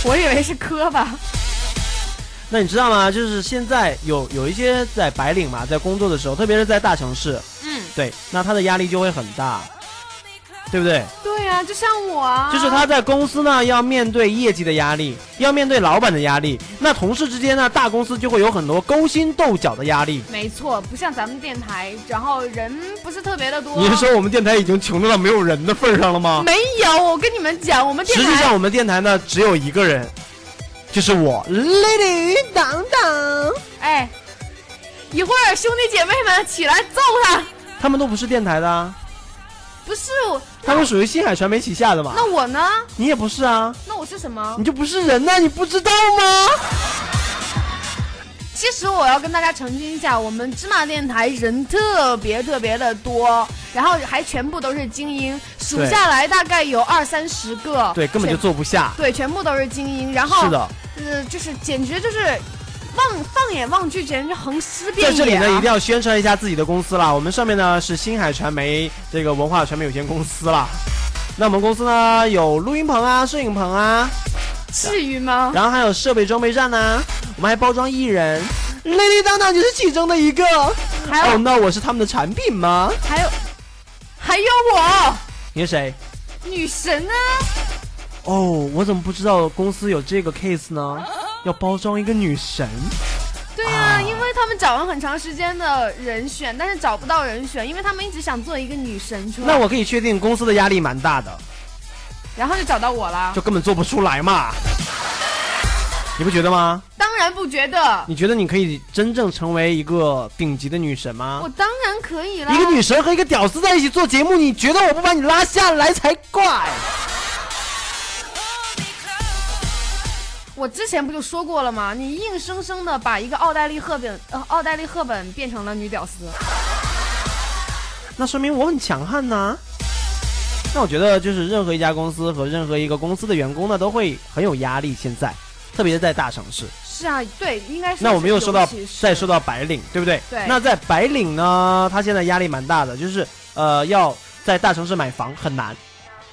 Speaker 3: 我以为是磕巴。
Speaker 2: 那你知道吗？就是现在有有一些在白领嘛，在工作的时候，特别是在大城市，
Speaker 3: 嗯，
Speaker 2: 对，那他的压力就会很大，对不对？
Speaker 3: 对呀、就像我啊，
Speaker 2: 就是他在公司呢要面对业绩的压力，要面对老板的压力，那同事之间呢，大公司就会有很多勾心斗角的压力。
Speaker 3: 没错，不像咱们电台，然后人不是特别的多。啊
Speaker 2: 你是说我们电台已经穷到没有人的份儿上了吗？
Speaker 3: 没有？我跟你们讲，我们电
Speaker 2: 实
Speaker 3: 台
Speaker 2: 际上我们电台呢只有一个人，就是我。Lady 当当，
Speaker 3: 哎，一会儿兄弟姐妹们起来揍他！
Speaker 2: 他们都不是电台的啊，
Speaker 3: 不是我，
Speaker 2: 他们属于新海传媒旗下的嘛。
Speaker 3: 那我呢？
Speaker 2: 你也不是啊，
Speaker 3: 那我是什么
Speaker 2: 你？就不是人呐、你不知道吗？
Speaker 3: 其实我要跟大家澄清一下，我们芝麻电台人特别特别的多，然后还全部都是精英，数
Speaker 2: 对
Speaker 3: 下来大概有二三十个。
Speaker 2: 对，根本就
Speaker 3: 全
Speaker 2: 坐不下。
Speaker 3: 对，全部都是精英。然后
Speaker 2: 是的，
Speaker 3: 呃，就是简直就是望放眼望去，简直就横尸遍
Speaker 2: 在
Speaker 3: 野、啊。
Speaker 2: 这里呢，一定要宣传一下自己的公司啦。我们上面呢是新海传媒这个文化传媒有限公司啦。那我们公司呢有录音棚啊、摄影棚啊，
Speaker 3: 至于吗？
Speaker 2: 然后还有设备装备站啊，我们还包装艺人。Lady 当当就是其中的一个。
Speaker 3: 还有
Speaker 2: 哦，那我是他们的产品吗？
Speaker 3: 还有还有我
Speaker 2: 你是谁？
Speaker 3: 女神呢？
Speaker 2: 哦，我怎么不知道公司有这个 case 呢？要包装一个女神，
Speaker 3: 对啊，因为他们找了很长时间的人选，但是找不到人选，因为他们一直想做一个女神出来。
Speaker 2: 那我可以确定公司的压力蛮大的，
Speaker 3: 然后就找到我了
Speaker 2: 就。根本做不出来嘛。你不觉得吗？
Speaker 3: 当然不觉得，
Speaker 2: 你觉得你可以真正成为一个顶级的女神吗
Speaker 3: 我？当然可以啦。
Speaker 2: 一个女神和一个屌丝在一起做节目，你觉得我不把你拉下来才怪？
Speaker 3: 我之前不就说过了吗？你硬生生的把一个奥黛丽·赫本，呃，奥黛丽·赫本变成了女屌丝。
Speaker 2: 那说明我很强悍呐、那我觉得就是任何一家公司和任何一个公司的员工呢，都会很有压力。现在，特别是在大城市。
Speaker 3: 是啊，对，应该是。
Speaker 2: 那我们又说到再说到
Speaker 3: 到，
Speaker 2: 白领，对不对？
Speaker 3: 对
Speaker 2: 那在白领呢，他现在压力蛮大的，就是呃，要在大城市买房很难，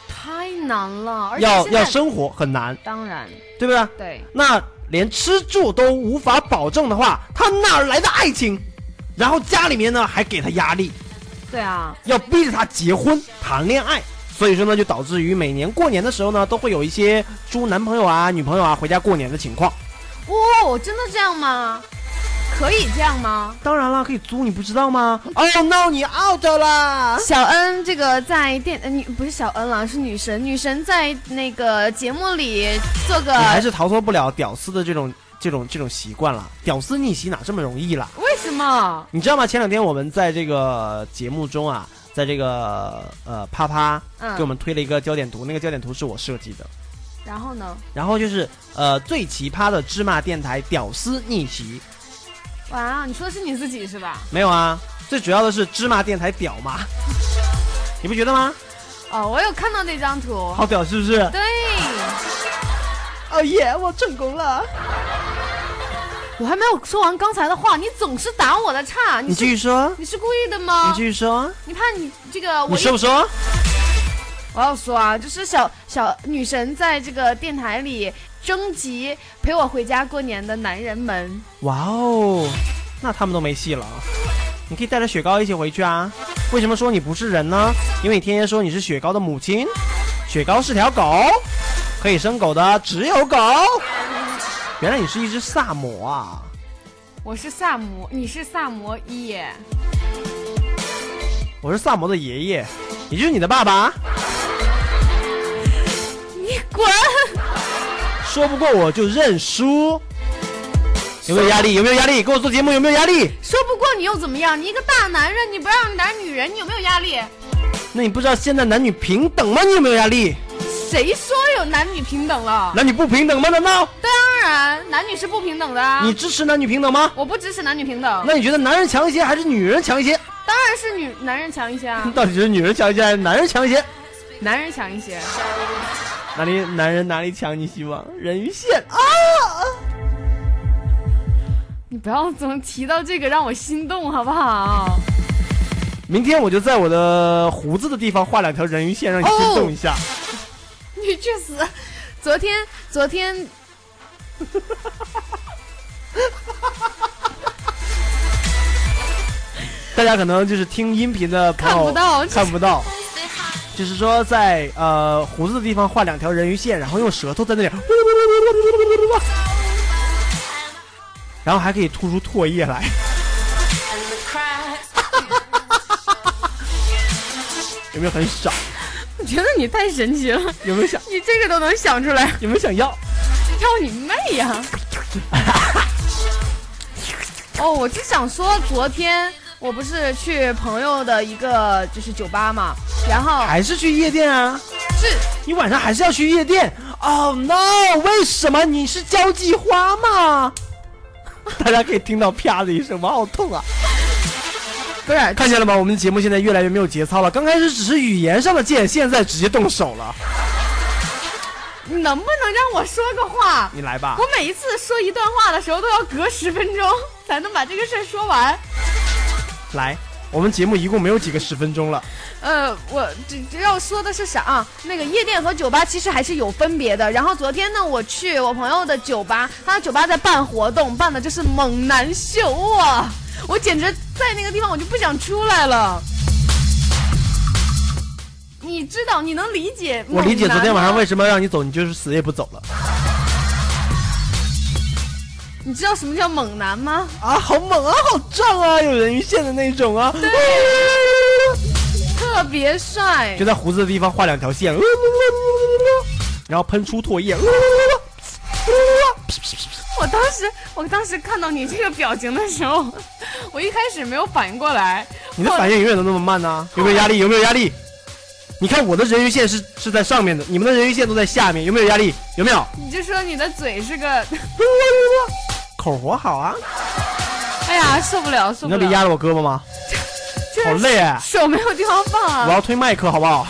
Speaker 3: 太难了，而且
Speaker 2: 要
Speaker 3: 现在
Speaker 2: 要生活很难，
Speaker 3: 当然
Speaker 2: 对不对？
Speaker 3: 对，
Speaker 2: 那连吃住都无法保证的话，他哪来的爱情？然后家里面呢还给他压力，
Speaker 3: 对啊，
Speaker 2: 要逼着他结婚谈恋爱，所以说呢，就导致于每年过年的时候呢，都会有一些猪男朋友啊、女朋友啊回家过年的情况。
Speaker 3: 哦，真的这样吗？可以这样吗？
Speaker 2: 当然啦，可以租，你不知道吗？Oh no，你 out 啦！
Speaker 3: 小恩这个在电呃女不是小恩了，是女神，女神在那个节目里做个
Speaker 2: 你还是逃脱不了屌丝的这种这种这种习惯了。屌丝逆袭哪这么容易啦？
Speaker 3: 为什么？
Speaker 2: 你知道吗？前两天我们在这个节目中啊，在这个呃啪啪
Speaker 3: 嗯
Speaker 2: 给我们推了一个焦点图，那个焦点图是我设计的。
Speaker 3: 然后呢？
Speaker 2: 然后就是呃最奇葩的芝麻电台屌丝逆袭，
Speaker 3: 哇，你说的是你自己是吧？
Speaker 2: 没有啊？最主要的是芝麻电台屌 嘛，你不觉得吗？
Speaker 3: 哦，我有看到那张图，
Speaker 2: 好屌是不是？
Speaker 3: 对，哦耶，我成功了。我还没有说完刚才的话，你总是打我的岔。你
Speaker 2: 你
Speaker 3: 是
Speaker 2: 继续说
Speaker 3: 你是故意的吗？
Speaker 2: 你继续说，
Speaker 3: 你怕你这个我
Speaker 2: 你
Speaker 3: 一
Speaker 2: 说不说？
Speaker 3: 我要说啊，就是小小女神在这个电台里征集陪我回家过年的男人们。
Speaker 2: 哇哦，那他们都没戏了。啊你可以带着雪糕一起回去啊。为什么说你不是人呢？因为你天天说你是雪糕的母亲，雪糕是条狗，可以生狗的只有狗。原来你是一只萨摩啊！
Speaker 3: 我是萨摩，你是萨摩耶。
Speaker 2: 我是萨摩的爷爷，也就是你的爸爸。
Speaker 3: 你滚！
Speaker 2: 说不过我就认输。有没有压力？有没有压力？跟我做节目有没有压力？
Speaker 3: 说不过你又怎么样？你一个大男人，你不让你打女人，你有没有压力？
Speaker 2: 那你不知道现在男女平等吗？你有没有压力？
Speaker 3: 谁说有男女平等了？
Speaker 2: 男女不平等吗？难道
Speaker 3: 当然，男女是不平等的啊。
Speaker 2: 你支持男女平等吗？
Speaker 3: 我不支持男女平等。
Speaker 2: 那你觉得男人强一些还是女人强一些？
Speaker 3: 当然是女男人强一些啊，
Speaker 2: 到底是女人强一些还是男人强一些？
Speaker 3: 男人强一些。
Speaker 2: 哪里男人哪里强？你希望人鱼线啊？
Speaker 3: 你不要总提到这个让我心动，好不好？
Speaker 2: 明天我就在我的胡子的地方画两条人鱼线，让你心动一下。
Speaker 3: 你去死！昨天，昨天，
Speaker 2: 大家可能就是听音频的朋友
Speaker 3: 看不到
Speaker 2: 看不到，就是说在呃胡子的地方画两条人鱼线，然后用舌头在那里， 然后还可以吐出唾液来。 有没有很爽？
Speaker 3: 我觉得你太神奇了，
Speaker 2: 有没有想？
Speaker 3: 你这个都能想出来，
Speaker 2: 有没有想要？
Speaker 3: 要你妹呀、 哦，我只想说，昨天我不是去朋友的一个就是酒吧嘛，然后
Speaker 2: 还是去夜店啊？
Speaker 3: 是
Speaker 2: 你晚上还是要去夜店？Oh no！为什么你是交际花吗？ 大家可以听到啪的一声，哇，好痛啊！
Speaker 3: 不是
Speaker 2: 看见了吗？我们的节目现在越来越没有节操了。刚开始只是语言上的剑，现在直接动手了。
Speaker 3: 你能不能让我说个话？
Speaker 2: 你来吧
Speaker 3: 我，每一次说一段话的时候，都要隔十分钟才能把这个事儿说完。
Speaker 2: 来，我们节目一共没有几个十分钟了。
Speaker 3: 呃，我这这要说的是啥、啊？那个夜店和酒吧其实还是有分别的。然后昨天呢，我去我朋友的酒吧，他的酒吧在办活动，办的就是猛男秀哇！我简直在那个地方我就不想出来了。你知道，你能理解
Speaker 2: 我理解
Speaker 3: 猛男
Speaker 2: 昨天晚上
Speaker 3: 吗
Speaker 2: 为什么让你走，你就是死也不走了
Speaker 3: 你知道什么叫猛男吗？
Speaker 2: 啊！好猛啊，好壮啊，有人鱼线的那种啊！
Speaker 3: 特别帅
Speaker 2: 就。在胡子的地方画两条线，然后喷出唾液。
Speaker 3: 我当时，我当时看到你这个表情的时候，我一开始没有反应过来。
Speaker 2: 你的反应永远都那么慢呢、有没有压力？有没有压力？你看我的人鱼线是是在上面的，你们的人鱼线都在下面，有没有压力？有没有？
Speaker 3: 你就说你的嘴是 个，
Speaker 2: 口活好啊！
Speaker 3: 哎呀，受不了，受
Speaker 2: 你那
Speaker 3: 不
Speaker 2: 里
Speaker 3: 了，
Speaker 2: 压着我胳膊吗？
Speaker 3: 这
Speaker 2: 好累 啊！
Speaker 3: 手没有地方放
Speaker 2: 我
Speaker 3: 啊，
Speaker 2: 要推麦克，好不好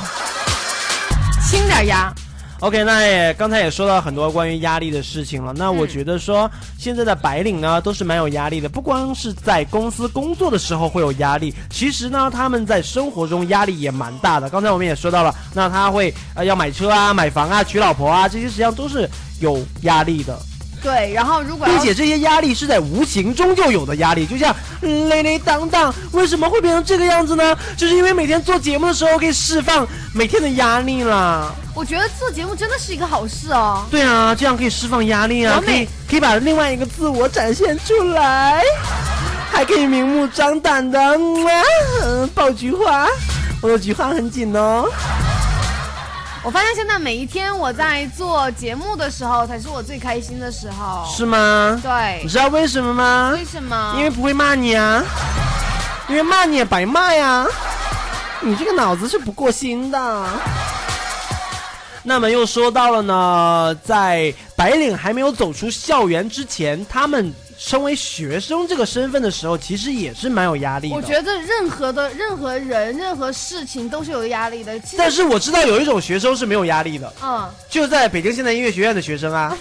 Speaker 3: 轻点压。
Speaker 2: ？OK，那也刚才也说到很多关于压力的事情了。那
Speaker 3: 嗯
Speaker 2: 我觉得说现在的白领呢都是蛮有压力的，不光是在公司工作的时候会有压力，其实呢他们在生活中压力也蛮大的。刚才我们也说到了，那他会呃要买车啊、买房啊、娶老婆啊，这些实际上都是有压力的。
Speaker 3: 对，然后如果
Speaker 2: 并
Speaker 3: 要
Speaker 2: 且这些压力是在无形中就有的压力，就像雷雷当当为什么会变成这个样子呢？就是因为每天做节目的时候可以释放每天的压力啦。
Speaker 3: 我觉得做节目真的是一个好事哦。
Speaker 2: 对啊，这样可以释放压力啊，
Speaker 3: 我
Speaker 2: 可以
Speaker 3: 每
Speaker 2: 可以把另外一个自我展现出来，还可以明目张胆的抱菊花，我的菊花很紧哦。
Speaker 3: 我发现现在每一天我在做节目的时候，才是我最开心的时候。
Speaker 2: 是吗？
Speaker 3: 对
Speaker 2: 你，知道为什么吗？
Speaker 3: 为什么？
Speaker 2: 因为不会骂你啊，因为骂你也白骂呀，你这个脑子是不过心的。那么又说到了呢，在白领还没有走出校园之前，他们身为学生这个身份的时候，其实也是蛮有压力的。
Speaker 3: 我觉得任何的任何人任何事情都是有压力的。其实
Speaker 2: 但是我知道有一种学生是没有压力的，
Speaker 3: 嗯，
Speaker 2: 就在北京现代音乐学院的学生啊，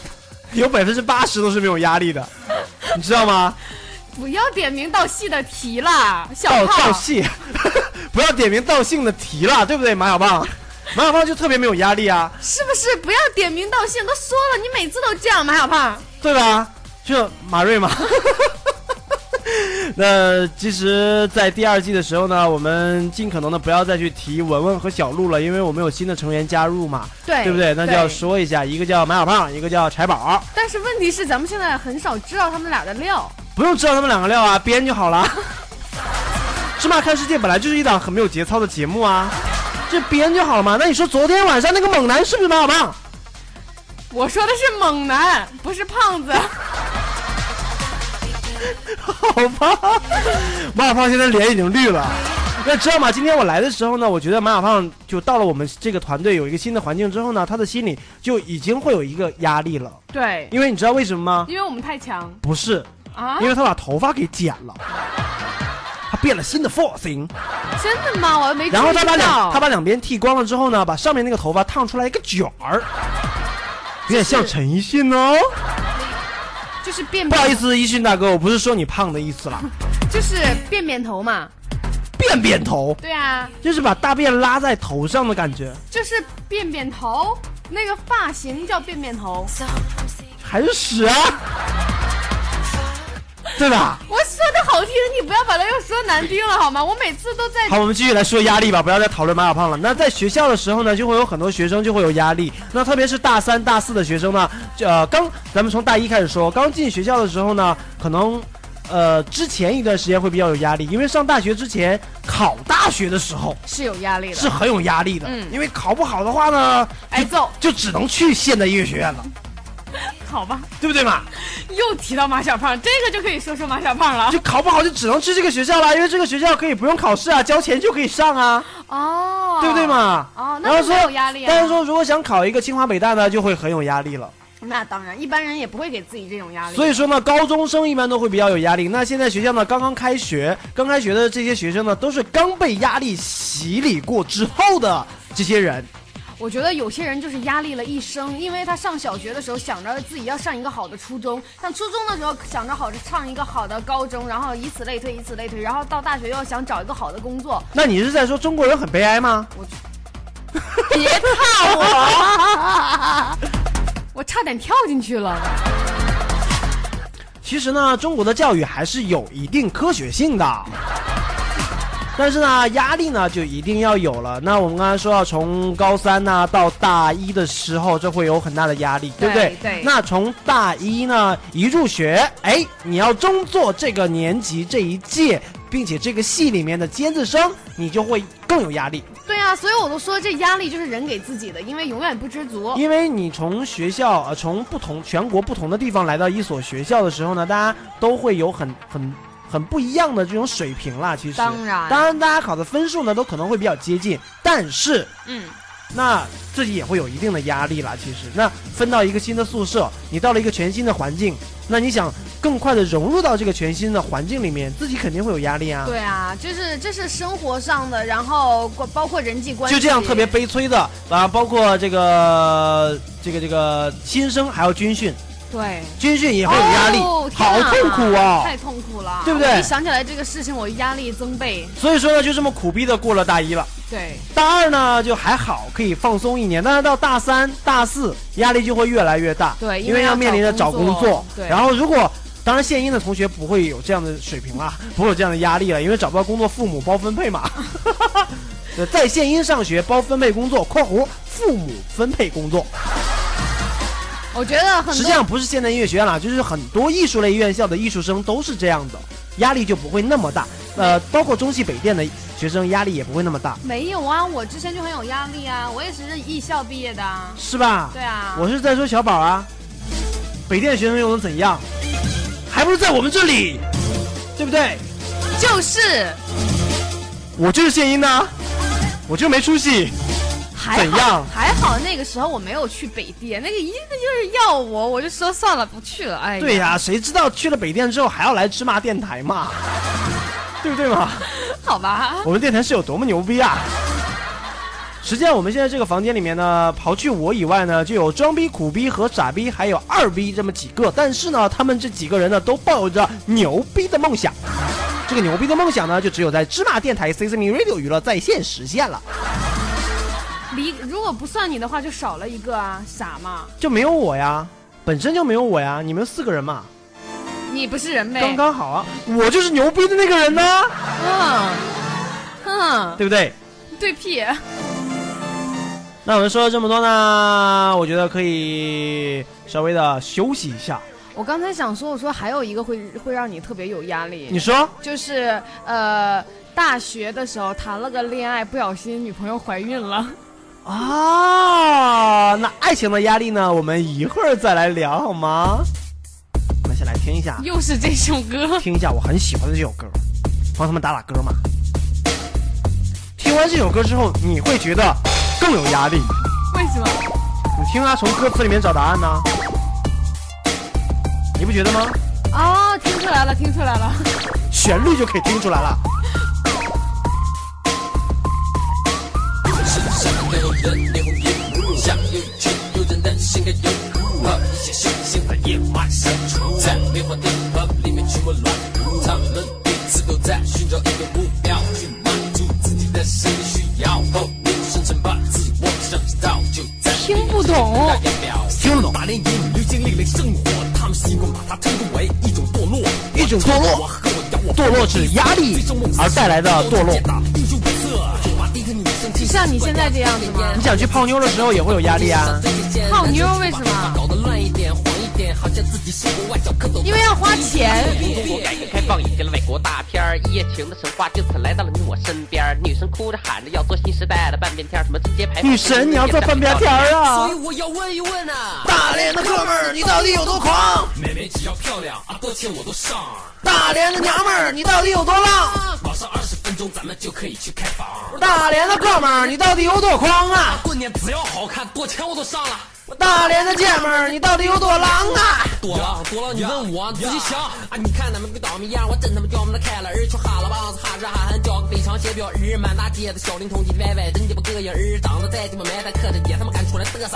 Speaker 2: 有百分之八十都是没有压力的，你知道吗？
Speaker 3: 不要点名道姓的题啦，小
Speaker 2: 道
Speaker 3: 胖
Speaker 2: 哦道姓，不要点名道姓的题了，对不对，马小胖？马小胖就特别没有压力啊，
Speaker 3: 是不是？不要点名道姓，都说了，你每次都这样，马小胖。
Speaker 2: 对吧？就马瑞嘛。 那其实，在第二季的时候呢，我们尽可能的不要再去提文文和小鹿了，因为我们有新的成员加入嘛，
Speaker 3: 对
Speaker 2: 不对？那就要
Speaker 3: 对
Speaker 2: 说一下，一个叫马小胖，一个叫柴宝，
Speaker 3: 但是问题是，咱们现在很少知道他们俩的料。
Speaker 2: 不用知道他们两个料啊，编就好了。 芝麻看世界本来就是一档很没有节操的节目啊，这编就好了嘛。那你说昨天晚上那个猛男是不是马小胖？
Speaker 3: 我说的是猛男，不是胖 子。
Speaker 2: 好吧，马小胖现在脸已经绿了。那知道吗？今天我来的时候呢，我觉得马小胖就到了我们这个团队有一个新的环境之后呢，他的心里就已经会有一个压力了，
Speaker 3: 对，
Speaker 2: 因为你知道为什么吗？
Speaker 3: 因为我们太强
Speaker 2: 不是，
Speaker 3: 啊！
Speaker 2: 因为他把头发给剪了，他变了新的发型，
Speaker 3: 真的吗？我还没
Speaker 2: 然后他把
Speaker 3: 注意到
Speaker 2: 两他把两边剃光了之后呢，把上面那个头发烫出来一个卷儿，有点像陈奕迅哦。
Speaker 3: 就是变
Speaker 2: 不好意，思，奕迅大哥，我不是说你胖的意思 啦，
Speaker 3: 就是变扁头嘛。
Speaker 2: 辫辫头。
Speaker 3: 对啊，
Speaker 2: 就是把大便拉在头上的感觉，
Speaker 3: 就是变扁头，那个发型叫变扁头。
Speaker 2: 还是屎啊，对吧？
Speaker 3: 我说的好听，你不要把它又说难听了好吗？我每次都在
Speaker 2: 好，我们继续来说压力吧，不要再讨论马小胖了。那在学校的时候呢，就会有很多学生就会有压力。那特别是大三、大四的学生呢，呃，刚咱们从大一开始说，刚进学校的时候呢，可能，呃，之前一段时间会比较有压力，因为上大学之前考大学的时候
Speaker 3: 是有压力的，
Speaker 2: 是很有压力的，
Speaker 3: 嗯
Speaker 2: 因为考不好的话呢，
Speaker 3: 挨揍，
Speaker 2: 就只能去现代音乐学院了，
Speaker 3: 好吧？
Speaker 2: 对不对嘛？
Speaker 3: 又提到马小胖，这个就可以说说马小胖了
Speaker 2: 就。考不好就只能去这个学校啦，因为这个学校可以不用考试啊，交钱就可以上啊，
Speaker 3: 哦，
Speaker 2: 对不对？嘛？
Speaker 3: 哦，
Speaker 2: 然
Speaker 3: 那
Speaker 2: 后
Speaker 3: 就没有压
Speaker 2: 说
Speaker 3: 力，啊。
Speaker 2: 但是说如果想考一个清华北大呢，就会很有压力了。
Speaker 3: 那当然，一般人也不会给自己这种压力。
Speaker 2: 所以说呢，高中生一般都会比较有压力。那现在学校呢，刚刚开学，刚开学的这些学生呢，都是刚被压力洗礼过之后的这些人。
Speaker 3: 我觉得有些人就是压力了一生，因为他上小学的时候想着自己要上一个好的初中，上初中的时候想着好着上一个好的高中，然后以此类推，以此类推，然后到大学又想找一个好的工作。
Speaker 2: 那你是在说中国人很悲哀吗？
Speaker 3: 别套我，我差点跳进去了。
Speaker 2: 其实呢，中国的教育还是有一定科学性的，但是呢，压力呢就一定要有了。那我们刚才说到，从高三呢、到大一的时候，这会有很大的压力，对不对？
Speaker 3: 对对
Speaker 2: 那从大一呢一入学，哎，你要中做这个年级这一届，并且这个系里面的尖子生，你就会更有压力，
Speaker 3: 对啊，所以我都说这压力就是人给自己的，因为永远不知足。
Speaker 2: 因为你从学校呃从不同全国不同的地方来到一所学校的时候呢，大家都会有很很很不一样的这种水平啦。其实，
Speaker 3: 当然
Speaker 2: 当然大家考的分数呢都可能会比较接近，但是
Speaker 3: 嗯，
Speaker 2: 那自己也会有一定的压力啦。其实，那分到一个新的宿舍，你到了一个全新的环境，那你想更快的融入到这个全新的环境里面，自己肯定会有压力啊。
Speaker 3: 对啊，就是这是生活上的，然后关包括人际关系，
Speaker 2: 就这样特别悲催的啊，包括这个这个这个新生还有军训，
Speaker 3: 对。
Speaker 2: 军训也会有压力，
Speaker 3: 哦天
Speaker 2: 好
Speaker 3: 哪
Speaker 2: 痛苦啊！
Speaker 3: 太痛苦了，
Speaker 2: 对不对
Speaker 3: 我一想起来这个事情，我压力增倍。
Speaker 2: 所以说呢，就这么苦逼的过了大一了。
Speaker 3: 对，
Speaker 2: 大二呢就还好，可以放松一年，但是到大三、大四压力就会越来越大，
Speaker 3: 对
Speaker 2: 因
Speaker 3: 因为
Speaker 2: 要
Speaker 3: 要
Speaker 2: 面临着找
Speaker 3: 找
Speaker 2: 工
Speaker 3: 工
Speaker 2: 作。
Speaker 3: 作对
Speaker 2: 然后如果当然现音的同学不会有这样的水平 啦，不会有这样的压力了，因为找不到工作，父母包分配 嘛。对在现音上学包分配工作（括弧父母分配工作
Speaker 3: 我觉得），很
Speaker 2: 实际
Speaker 3: 多
Speaker 2: 上不是现代音乐学院啦，就是很多艺术类院校的艺术生都是这样的，压力就不会那么大。呃，包括中戏北电的学生压力也不会那么大，
Speaker 3: 没有啊，我之前就很有压力啊，我也是艺校毕业的啊。
Speaker 2: 是吧？
Speaker 3: 对啊，
Speaker 2: 我是在说小宝啊，北电学生又能怎样？还不是在我们这里，对不对？
Speaker 3: 就是
Speaker 2: 我就是献音呐、我就没出息。
Speaker 3: 哎还
Speaker 2: 怎
Speaker 3: 好
Speaker 2: 样
Speaker 3: 还好那个时候我没有去北电，那个一那就是要我，我就说算了不去了。哎，
Speaker 2: 对呀、谁知道去了北电之后还要来芝麻电台嘛？对不对嘛？
Speaker 3: 好吧，
Speaker 2: 我们电台是有多么牛逼啊！实际上我们现在这个房间里面呢，刨去我以外呢，就有装逼、苦逼和傻逼，还有二逼这么几个。但是呢，他们这几个人呢，都抱着牛逼的梦想。这个牛逼的梦想呢，就只有在芝麻电台 C C M Radio 娱乐在线实现了，
Speaker 3: 离如果不算你的话，就少了一个啊，傻嘛，
Speaker 2: 就没有我呀，本身就没有我呀，你们四个人嘛，
Speaker 3: 你不是人呗？
Speaker 2: 刚刚好啊，我就是牛逼的那个人呢，
Speaker 3: 嗯嗯，
Speaker 2: 对不对？
Speaker 3: 对屁，
Speaker 2: 那我们说了这么多呢，我觉得可以稍微的休息一下。
Speaker 3: 我刚才想说，我说还有一个会会让你特别有压力，
Speaker 2: 你说
Speaker 3: 就是呃，大学的时候谈了个恋爱，不小心女朋友怀孕了。
Speaker 2: 啊，那爱情的压力呢，我们一会儿再来聊好吗？我们先来听一下，
Speaker 3: 又是这首歌，
Speaker 2: 听一下我很喜欢的这首歌，帮他们打打歌嘛。听完这首歌之后，你会觉得更有压力。
Speaker 3: 为什么？
Speaker 2: 你听啊，从歌词里面找答案呢、你不觉得吗？
Speaker 3: 哦，听出来了，听出来了。
Speaker 2: 旋律就可以听出来了。
Speaker 3: 听不懂，
Speaker 2: 听得懂。
Speaker 11: 大连隐女经历了生活，他们习惯把它称之为一种堕落，
Speaker 2: 一种堕落，堕落是压力而带来的堕落。
Speaker 3: 就像你现在这样子吗？
Speaker 2: 你想去泡妞的时候也会有压力啊。
Speaker 3: 泡妞为什么？
Speaker 11: 搞得乱一点，黄一点，好像自己是国外小蝌蚪。
Speaker 3: 因为要花钱。
Speaker 11: 中国改革开放引进了外国大片儿，一夜情的神话就此来到了你我身边儿。女生哭着喊着要做新时代的半边天儿，什么直接排放
Speaker 2: 女神，你要做半边天儿啊
Speaker 11: 所！以我要问一问啊，
Speaker 2: 大连的哥们儿，你到底有多狂？
Speaker 11: 妹妹只要漂亮啊，多钱我都上。
Speaker 2: 大连的娘们儿，你到底有多浪？
Speaker 11: 马上二十分钟咱们就可以去开房。
Speaker 2: 大连的哥们儿，你到底有多狂啊？
Speaker 11: 过年只要好看，多钱我都上了。
Speaker 2: 大连的姐们儿，你到底有多浪啊？
Speaker 11: 多了多了，你问我你自己想啊！你看咱们跟倒霉一样，我真他妈叫我们的开了儿，却哈喇棒子哈日哈韩，叫个北长写表儿，满大街的小灵通唧唧歪歪，真鸡巴膈应儿，长得再鸡巴埋汰，可着也他妈敢出来嘚瑟儿啊！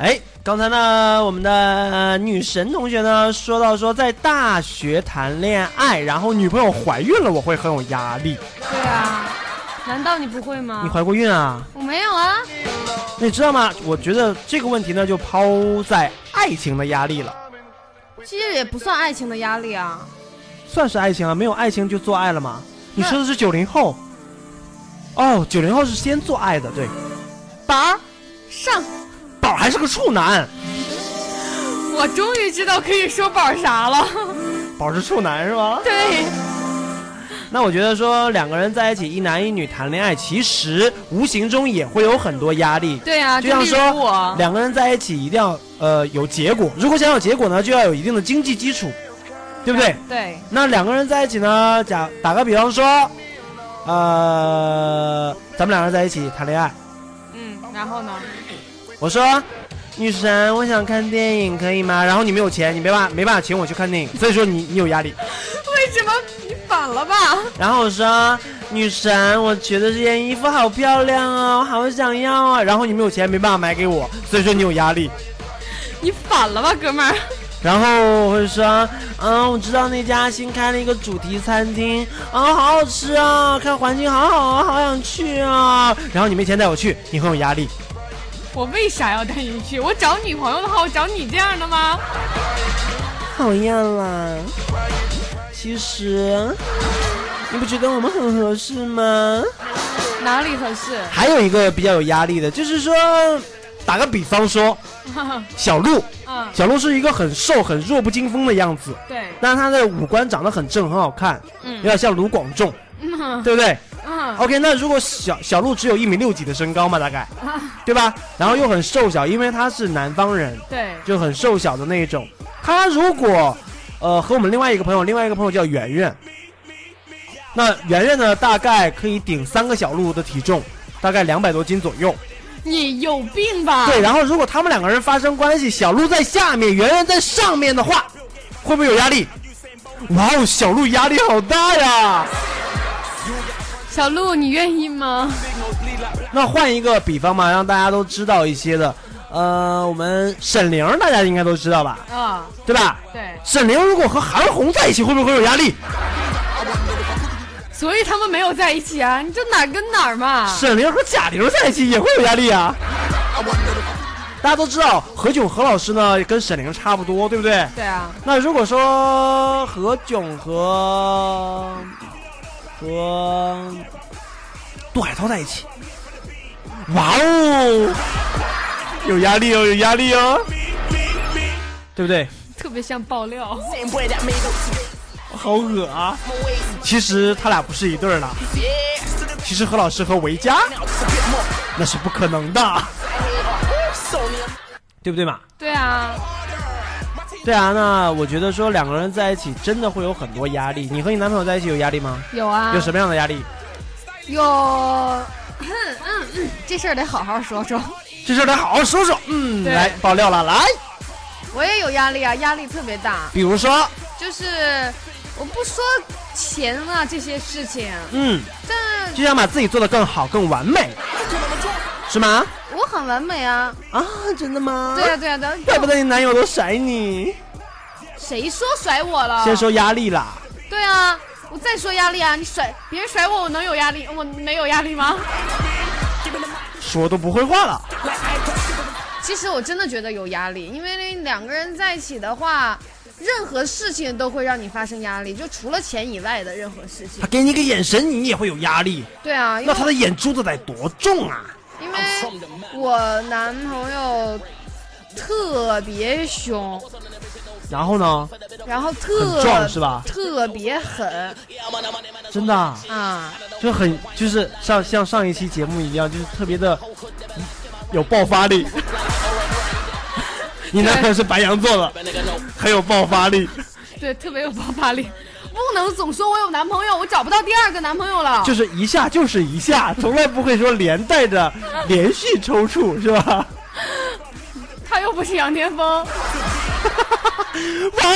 Speaker 2: 哎，刚才呢，我们的、呃女神同学呢说到说，在大学谈恋爱，然后女朋友怀孕了，我会很有压力。
Speaker 3: 对啊，难道你不会吗？
Speaker 2: 你怀过孕啊？
Speaker 3: 我没有啊，
Speaker 2: 那你知道吗？我觉得这个问题呢，就抛在爱情的压力了，
Speaker 3: 其实也不算爱情的压力啊。
Speaker 2: 算是爱情啊，没有爱情就做爱了吗？你
Speaker 3: 那
Speaker 2: 说的是九零后，哦，九零后是先做爱的，对，
Speaker 3: 宝儿，上，
Speaker 2: 宝儿还是个处男，
Speaker 3: 我终于知道可以说宝儿啥 了。
Speaker 2: 宝儿是处男是吗？
Speaker 3: 对，
Speaker 2: 那我觉得说两个人在一起，一男一女谈恋爱，其实无形中也会有很多压力。
Speaker 3: 对啊，
Speaker 2: 就像
Speaker 3: 例如
Speaker 2: 说
Speaker 3: 我，
Speaker 2: 两个人在一起一定要呃有结果，如果想有结果呢，就要有一定的经济基础，对不对？
Speaker 3: 对，
Speaker 2: 那两个人在一起呢，假打个比方说，呃，咱们两个人在一起谈恋爱，
Speaker 3: 嗯，然后呢？
Speaker 2: 我说。女神，我想看电影，可以吗？然后你没有钱，你没办法没办法请我去看电影，所以说你你有压力。
Speaker 3: 为什么你反了吧？
Speaker 2: 然后我说：“女神，我觉得这件衣服好漂亮哦，好想要啊。”然后你没有钱，没办法买给我，所以说你有压力。
Speaker 3: 你反了吧，哥们儿？
Speaker 2: 然后我会说：“嗯，我知道那家新开了一个主题餐厅，啊，好好吃啊，看环境好好啊，好想去啊。”然后你没钱带我去，你很有压力。
Speaker 3: 我为啥要带你去？我找女朋友的话，我找你这样的吗？
Speaker 2: 讨厌啦！其实，你不觉得我们很合适吗？
Speaker 3: 哪里合适？
Speaker 2: 还有一个比较有压力的，就是说，打个比方 说，小鹿。
Speaker 3: 嗯，
Speaker 2: 小鹿是一个很瘦、很弱不禁风的样子，
Speaker 3: 对，
Speaker 2: 但是她的五官长得很正，很好看，有
Speaker 3: 嗯
Speaker 2: 点像卢广仲，
Speaker 3: 嗯
Speaker 2: 对不对
Speaker 3: 嗯，
Speaker 2: ？OK，那如果小小鹿只有一米六几的身高嘛，大概，对吧？然后又很瘦小，因为她是南方人，
Speaker 3: 对，
Speaker 2: 就很瘦小的那一种。她如果，呃，和我们另外一个朋友，另外一个朋友叫圆圆，那圆圆呢，大概可以顶三个小鹿的体重，大概两百多斤左右。
Speaker 3: 你有病吧？
Speaker 2: 对，然后如果他们两个人发生关系，小鹿在下面，圆圆在上面的话，会不会有压力？哇哦，小鹿压力好大呀！
Speaker 3: 小鹿，你愿意吗？
Speaker 2: 那换一个比方嘛，让大家都知道一些的。呃，我们沈凌大家应该都知道吧？
Speaker 3: 啊，
Speaker 2: 对吧？
Speaker 3: 对，
Speaker 2: 沈凌如果和韩红在一起，会不会有压力？
Speaker 3: 所以他们没有在一起啊，你这哪儿跟哪儿嘛？
Speaker 2: 沈凌和贾玲在一起也会有压力啊。大家都知道何炅何老师呢，跟沈凌差不多，对不对？
Speaker 3: 对啊，
Speaker 2: 那如果说何炅和和杜海涛在一起，哇哦，有压力哦，有压力哦，对不对？
Speaker 3: 特别像爆料。
Speaker 2: 好恶啊！其实他俩不是一对儿的，其实何老师和维嘉那是不可能的，对不对嘛？
Speaker 3: 对啊，
Speaker 2: 对啊，那我觉得说两个人在一起真的会有很多压力。你和你男朋友在一起有压力吗？
Speaker 3: 有啊。
Speaker 2: 有什么样的压力？
Speaker 3: 有， 嗯嗯嗯，这事儿得好好说说。
Speaker 2: 这事儿得好好说说。嗯，
Speaker 3: 对
Speaker 2: 来爆料了，来，
Speaker 3: 我也有压力啊，压力特别大。
Speaker 2: 比如说，
Speaker 3: 就是我不说钱啊这些事情，
Speaker 2: 嗯，
Speaker 3: 但
Speaker 2: 就想把自己做得更好、更完美，是吗？
Speaker 3: 我很完美啊。
Speaker 2: 啊，真的吗
Speaker 3: 对啊对啊，对啊
Speaker 2: 怪不得你男友都甩你。
Speaker 3: 谁说甩我了？
Speaker 2: 先说压力啦，
Speaker 3: 对啊，我再说压力啊！你甩别人甩我，我能有压力？我没有压力吗？
Speaker 2: 说都不会话了。
Speaker 3: 其实我真的觉得有压力，因为两个人在一起的话，任何事情都会让你发生压力，就除了钱以外的任何事情
Speaker 2: 他。给你个眼神，你也会有压力。
Speaker 3: 对啊，因
Speaker 2: 那
Speaker 3: 为
Speaker 2: 他的眼珠子得多重啊？
Speaker 3: 因为我男朋友特别凶，
Speaker 2: 然后呢？
Speaker 3: 然后特
Speaker 2: 很壮是吧
Speaker 3: 特别狠
Speaker 2: 真的啊、
Speaker 3: 啊，
Speaker 2: 就很就是像像上一期节目一样，就是特别的有爆发 力。你男朋友是白羊座的，很有爆发力，
Speaker 3: 对，特别有爆发力。不能总说我有男朋友，我找不到第二个男朋友了。
Speaker 2: 就是一下就是一下，从来不会说连带着 连续抽搐，是吧？
Speaker 3: 他又不是羊癫疯，
Speaker 2: 哇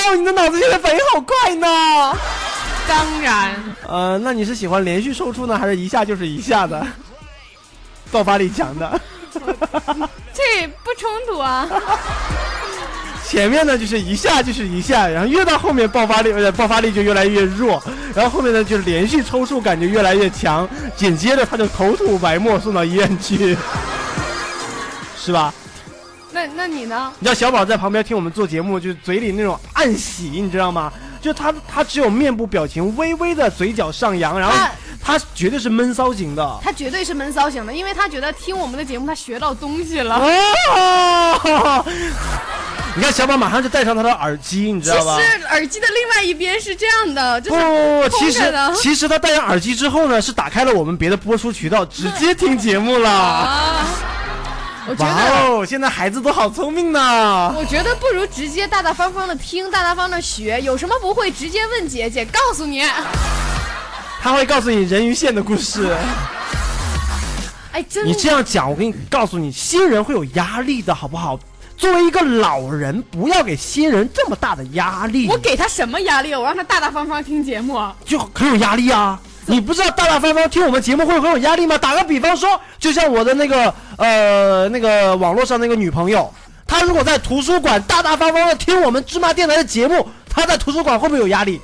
Speaker 2: 哦，你的脑子现在反应好快呢。
Speaker 3: 当然
Speaker 2: 呃，那你是喜欢连续抽搐呢，还是一下就是一下的，爆发力强的？
Speaker 3: 这不冲突啊。
Speaker 2: 前面呢就是一下就是一下，然后越到后面爆发力，呃，爆发力就越来越弱，然后后面呢就是连续抽搐，感觉越来越强，紧接着他就口吐白沫送到医院去， 是吧？
Speaker 3: 那那你呢？
Speaker 2: 你知道小宝在旁边听我们做节目，就嘴里那种暗喜，你知道吗？就他他只有面部表情微微的嘴角上扬，然后他绝对是闷骚型的。
Speaker 3: 他绝对是闷骚型的，因为他觉得听我们的节目他学到东西了。
Speaker 2: 哦， 你看小宝马上就戴上他的耳机，你知
Speaker 3: 其
Speaker 2: 道吧？
Speaker 3: 实耳机的另外一边是这样的，就
Speaker 2: 不
Speaker 3: 是
Speaker 2: 不不，
Speaker 3: 空
Speaker 2: 其
Speaker 3: 着
Speaker 2: 实
Speaker 3: 的
Speaker 2: 其实他戴上耳机之后呢，是打开了我们别的播出渠道，直接听节目了。
Speaker 3: 啊， 我觉
Speaker 2: 哇
Speaker 3: 得。
Speaker 2: 哦，现在孩子都好聪明呢。
Speaker 3: 我觉得不如直接大大方方的听，大大方的学，有什么不会直接问姐姐，告诉你。
Speaker 2: 他会告诉你人鱼线的故事。
Speaker 3: 哎，真
Speaker 2: 你这样讲，我跟你告诉你，新人会有压力的，好不好？作为一个老人，不要给新人这么大的压力。
Speaker 3: 我给他什么压力？我让他大大方方听节目。
Speaker 2: 就很有压力啊。你不知道大大方方听我们节目会很有压力吗？打个比方说，就像我的那个呃那个网络上那个女朋友，她如果在图书馆大大方方的听我们芝麻电台的节目，她在图书馆会不会有压力？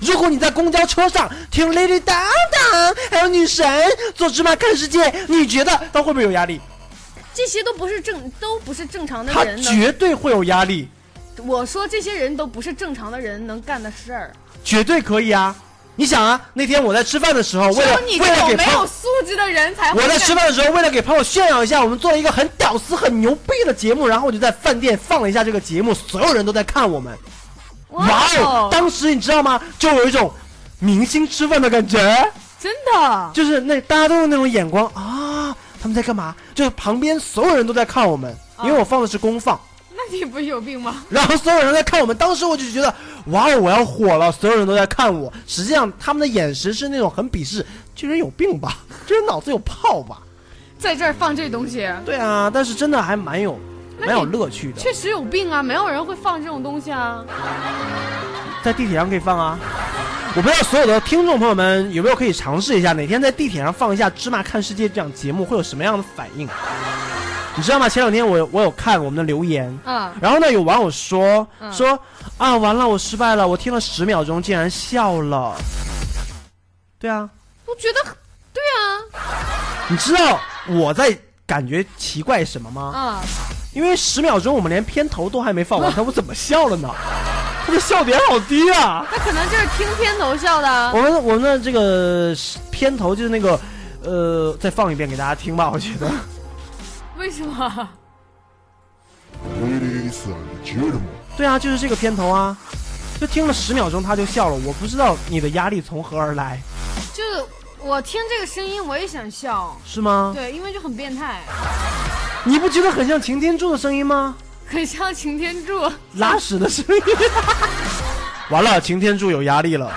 Speaker 2: 如果你在公交车上听 Lady 当当，还有女神做芝麻看世界，你觉得她会不会有压力？
Speaker 3: 这些都不是正，都不是正常的
Speaker 2: 她
Speaker 3: 人
Speaker 2: 绝
Speaker 3: 能。
Speaker 2: 对会有压力，
Speaker 3: 我说这些人都不是正常的人能干的事儿。
Speaker 2: 绝对可以啊！你想啊，那天我在吃饭的时候，
Speaker 3: 只
Speaker 2: 为
Speaker 3: 有
Speaker 2: 了
Speaker 3: 你
Speaker 2: 为
Speaker 3: 这
Speaker 2: 了
Speaker 3: 种
Speaker 2: 给
Speaker 3: 没
Speaker 2: 朋友
Speaker 3: 有素质的人才 会
Speaker 2: 我
Speaker 3: 干。
Speaker 2: 在吃饭的时候，为了给朋友炫耀一下，我们做了一个很屌丝、很牛逼的节目，然后我就在饭店放了一下这个节目，所有人都在看我们。哇哦！当时你知道吗？就有一种明星吃饭的感觉，
Speaker 3: 真的，
Speaker 2: 就是那大家都用那种眼光啊，他们在干嘛？就是旁边所有人都在看我们，因为我放的是公放，
Speaker 3: 那你不是有病吗？
Speaker 2: 然后所有人在看我们。当时我就觉得，哇哦，我要火了！所有人都在看我，实际上他们的眼神是那种很鄙视，这人有病吧？这人脑子有泡吧？
Speaker 3: 在这儿放这东西，
Speaker 2: 对啊，但是真的还蛮有
Speaker 3: 那
Speaker 2: 蛮有
Speaker 3: 你
Speaker 2: 乐趣的，
Speaker 3: 确实有病啊，没有人会放这种东西啊。
Speaker 2: 在地铁上可以放啊。我不知道所有的听众朋友们有没有可以尝试一下，哪天在地铁上放一下《芝麻看世界》这档节目会有什么样的反应？你知道吗？前两天我有我有看我们的留言，
Speaker 3: 嗯
Speaker 2: 然后呢，有网友说
Speaker 3: 嗯
Speaker 2: 说啊，完了，我失败了，我听了十秒钟竟然笑了。对啊，
Speaker 3: 我觉得，对啊
Speaker 2: 你知道我在感觉奇怪什么吗？
Speaker 3: 啊，嗯，
Speaker 2: 因为十秒钟我们连片头都还没 放完，他我怎么笑了呢？他的笑点好低啊！
Speaker 3: 那可能就是听片头笑的啊
Speaker 2: 我。们我们的这个片头就是那个，呃，再放一遍给大家听 吧，我觉得。
Speaker 3: 为什么？
Speaker 1: Ladies and gentlemen，
Speaker 2: 对啊，就是这个片头啊，就听了十秒钟他就笑了，我不知道你的压力从何而来，
Speaker 3: 就是我听这个声音，我也想笑。
Speaker 2: 是吗？
Speaker 3: 对，因为就很变态，
Speaker 2: 你不觉得很像擎天柱的声音吗？
Speaker 3: 很像擎天柱。
Speaker 2: 拉屎的 声音。完了，擎天柱有压力了。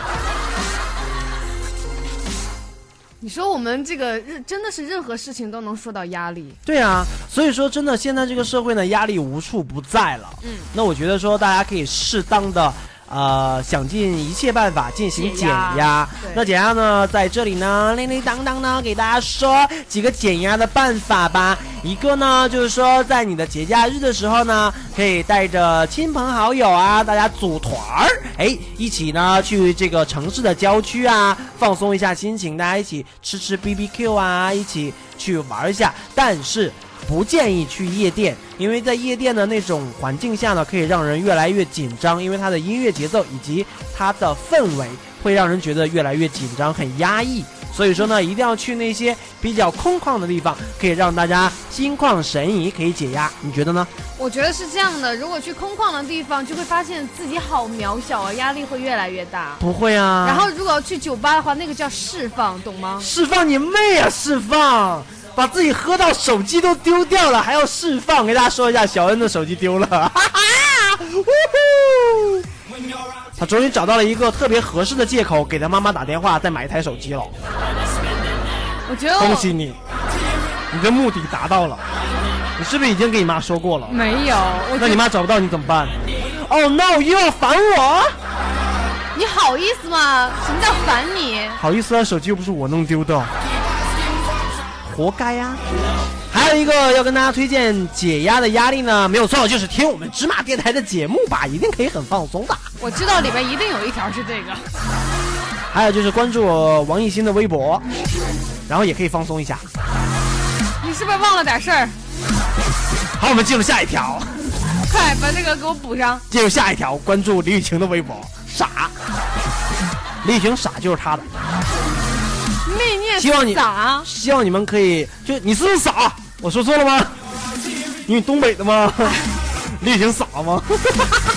Speaker 3: 你说我们这个任真的是任何事情都能说到压力，
Speaker 2: 对啊，所以说真的，现在这个社会呢，压力无处不在了。嗯，那我觉得说大家可以适当的。呃，想尽一切办法进行
Speaker 3: 解
Speaker 2: 减
Speaker 3: 压
Speaker 2: 压。
Speaker 3: 对
Speaker 2: 那减压呢，在这里呢，叮叮当当呢，给大家说几个减压的办法吧。一个呢，就是说在你的节假日的时候呢，可以带着亲朋好友啊，大家组团儿，哎，一起呢去这个城市的郊区啊，放松一下心情，大家一起吃吃 BBQ 啊，一起去玩一下。但是不建议去夜店，因为在夜店的那种环境下呢，可以让人越来越紧张，因为它的音乐节奏以及它的氛围会让人觉得越来越紧张，很压抑。所以说呢，一定要去那些比较空旷的地方，可以让大家心旷神怡，可以解压。你觉得呢？
Speaker 3: 我觉得是这样的。如果去空旷的地方，就会发现自己好渺小啊，压力会越来越大。
Speaker 2: 不会啊。
Speaker 3: 然后如果要去酒吧的话，那个叫释放，懂吗？
Speaker 2: 释放你妹啊！释放，把自己喝到手机都丢掉了，还要释放。给大家说一下，小恩的手机丢了， 哈哈，呜呼！他终于找到了一个特别合适的借口，给他妈妈打电话，再买一台手机了。
Speaker 3: 我觉得
Speaker 2: 恭
Speaker 3: 我
Speaker 2: 喜你，你的目的达到了。你是不是已经给你妈说过了？
Speaker 3: 没有，我
Speaker 2: 那
Speaker 3: 觉
Speaker 2: 你
Speaker 3: 得
Speaker 2: 妈找不到你怎么办？Oh no！又要烦我？
Speaker 3: 你好意思吗？什么叫烦你？
Speaker 2: 好意思啊，手机又不是我弄丢的，活该呀、还有一个要跟大家推荐解压的压力呢，没有错，就是听我们芝麻电台的节目吧，一定可以很放松的。
Speaker 3: 我知道里边一定有一条是这个。
Speaker 2: 还有就是关注我王艺兴的微博，然后也可以放松一下。
Speaker 3: 你是不是忘了点事儿？
Speaker 2: 好，我们进入下一条，
Speaker 3: 快把这个给我补上。
Speaker 2: 进入下一条，关注李雨晴的微博，傻，李雨晴傻就是他的，
Speaker 3: 媚念
Speaker 2: 希望你
Speaker 3: 咋？啊
Speaker 2: 希望你们可以，就你是不是傻？我说错了吗？因为东北的吗？你已经傻吗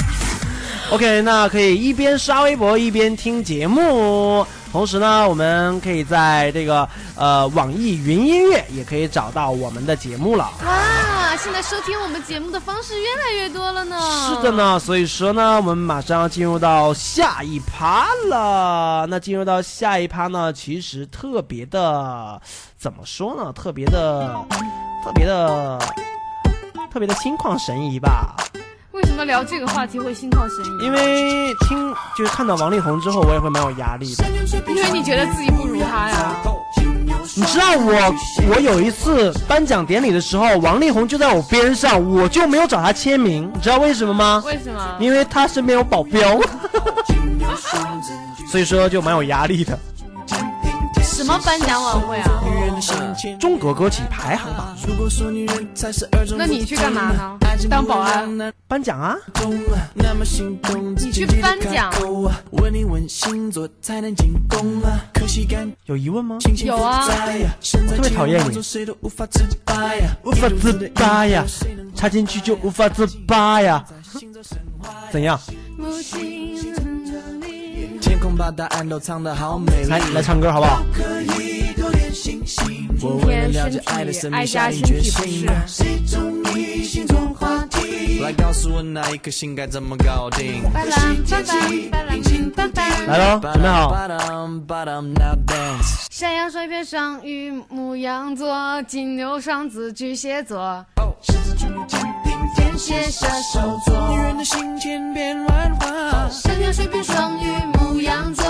Speaker 2: ？OK，那可以一边刷微博一边听节目，同时呢，我们可以在这个呃网易云音乐也可以找到我们的节目了。
Speaker 3: 哇，现在收听我们节目的方式越来越多了呢。
Speaker 2: 是的。呢，所以说呢，我们马上要进入到下一趴了。那进入到下一趴呢，其实特别的，怎么说呢？特别的，特别的，特别的心旷神怡吧。
Speaker 3: 为什么聊这个话题会心旷神怡？
Speaker 2: 因为听就是看到王力宏之后，我也会蛮有压力的。
Speaker 3: 因为你觉得自己不如他哎呀。
Speaker 2: 你知道我，我有一次颁奖典礼的时候，王力宏就在我边上，我就没有找他签名，你知道为什么吗？
Speaker 3: 为什么？
Speaker 2: 因为他身边有保镖，所以说就蛮有压力的。
Speaker 3: 什么颁奖晚会啊？
Speaker 2: 中国歌曲排行榜
Speaker 3: 那你去干嘛呢？当保安？
Speaker 2: 颁奖啊，
Speaker 3: 你去颁奖？
Speaker 2: 有疑问吗？
Speaker 3: 有啊。
Speaker 2: 我特别讨厌你，无法自拔呀，插进去就无法自拔呀，怎样？
Speaker 12: 天空把答案都藏得好美
Speaker 2: 来
Speaker 12: 丽。
Speaker 2: 来唱歌好不好？
Speaker 12: 我为了了解爱的神秘，下定决心。来告诉我那一颗心该怎么搞定。
Speaker 3: 巴拉巴拉巴拉巴拉
Speaker 2: 来喽，准备好。
Speaker 13: 山羊、水瓶、双鱼、牧羊座、金牛、双子、巨蟹座。天蝎、射手座，女人的心千变万化。山羊、水瓶、双鱼、牧羊座、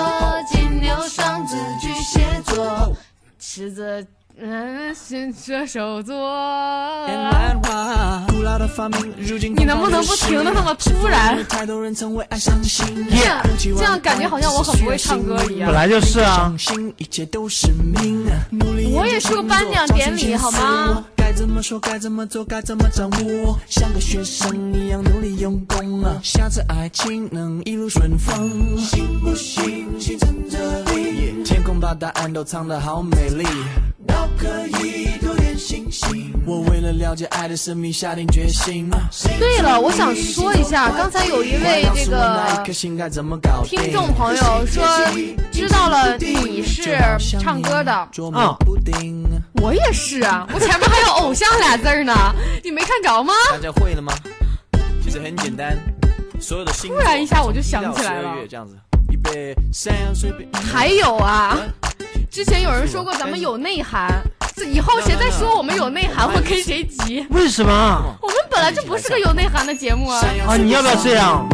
Speaker 13: 金牛、双子、巨蟹座，狮子。嗯，是射手座。你能不能不停的那么突然？这样感觉好像我很不会唱歌一样。
Speaker 2: 本来就是啊。
Speaker 12: 啊
Speaker 13: 我也是个颁奖典礼，好吗？
Speaker 12: 该怎么说，该怎么做，该怎么掌握？像个学生一样努力用功啊，下次爱情能一路顺风。信不信？信在这里。天空把答案都藏得好美丽。都可以多点信息。我为了了解爱的神秘，下定决心。啊
Speaker 13: 对了，我想说一下，刚才有一位这个听众朋友说知道了你是唱歌的，
Speaker 2: 啊，
Speaker 13: 我也是啊，我前面还有偶像俩字儿呢， 你没看着吗？
Speaker 3: 大家会了吗？其实很简单，所有的星座
Speaker 13: 突然一下我就想起来了
Speaker 3: 到12月这样子，预备，山羊水瓶。
Speaker 13: 还有啊，之前有人说过咱们有内涵，这以后谁再说我们有内涵，我跟谁急。
Speaker 2: 为什么？
Speaker 13: 我们本来就不是个有内涵的节目啊！
Speaker 2: 啊，你要不要这样？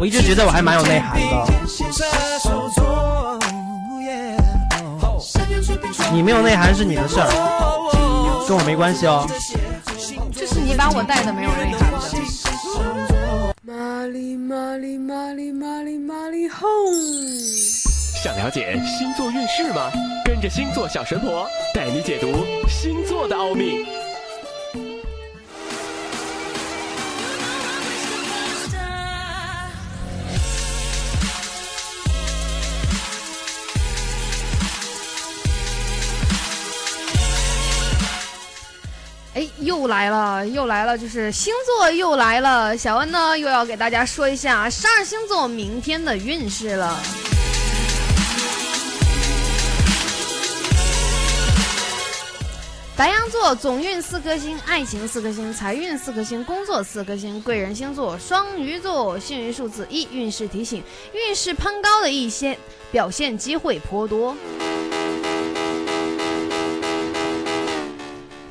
Speaker 2: 我一直觉得我还蛮有内涵的。你没有内涵是你的事哦儿，跟我没关系哦。
Speaker 13: 这是你把我带的没有内涵的。
Speaker 14: 玛丽玛丽玛丽玛丽玛丽吼！
Speaker 10: 想了解星座运势吗？跟着星座小神婆带你解读星座的奥秘。
Speaker 13: 哎，又来了，又来了，就是星座又来了。小恩呢，又要给大家说一下啊十二星座明天的运势了。白羊座总运四颗星，爱情四颗星，财运四颗星，工作四颗星。贵人星座双鱼座，幸运数字一，运势提醒，运势攀高的一些表现机会颇多。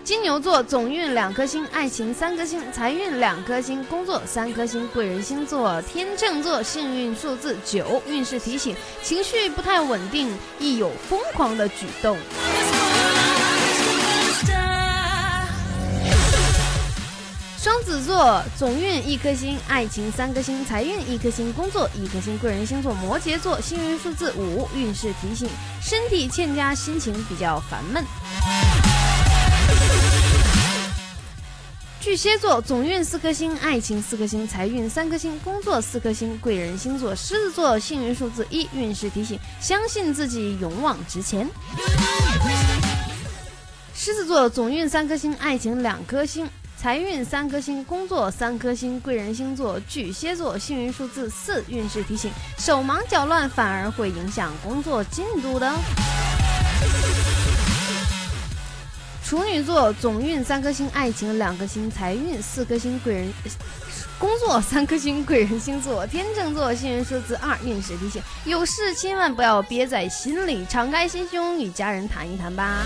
Speaker 13: 金牛座总运两颗星，爱情三颗星，财运两颗星，工作三颗星。贵人星座天秤座，幸运数字九，运势提醒情绪不太稳定，易有疯狂的举动。双子座总运一颗星，爱情三颗星，财运一颗星，工作一颗星。贵人星座摩羯座，幸运数字五，运势提醒身体欠佳，心情比较烦闷。巨蟹座总运四颗星，爱情四颗星，财运三颗星，工作四颗星。贵人星座狮子座，幸运数字一，运势提醒相信自己，勇往直前。狮子座总运三颗星，爱情两颗星，财运三颗星，工作三颗星。贵人星座巨蟹座，幸运数字四，运势提醒手忙脚乱反而会影响工作进度的。处女座总运三颗星，爱情两颗星，财运四颗星，贵人工作三颗星，贵人星座天秤座幸运数字二，运势提醒有事千万不要憋在心里，敞开心胸与家人谈一谈吧。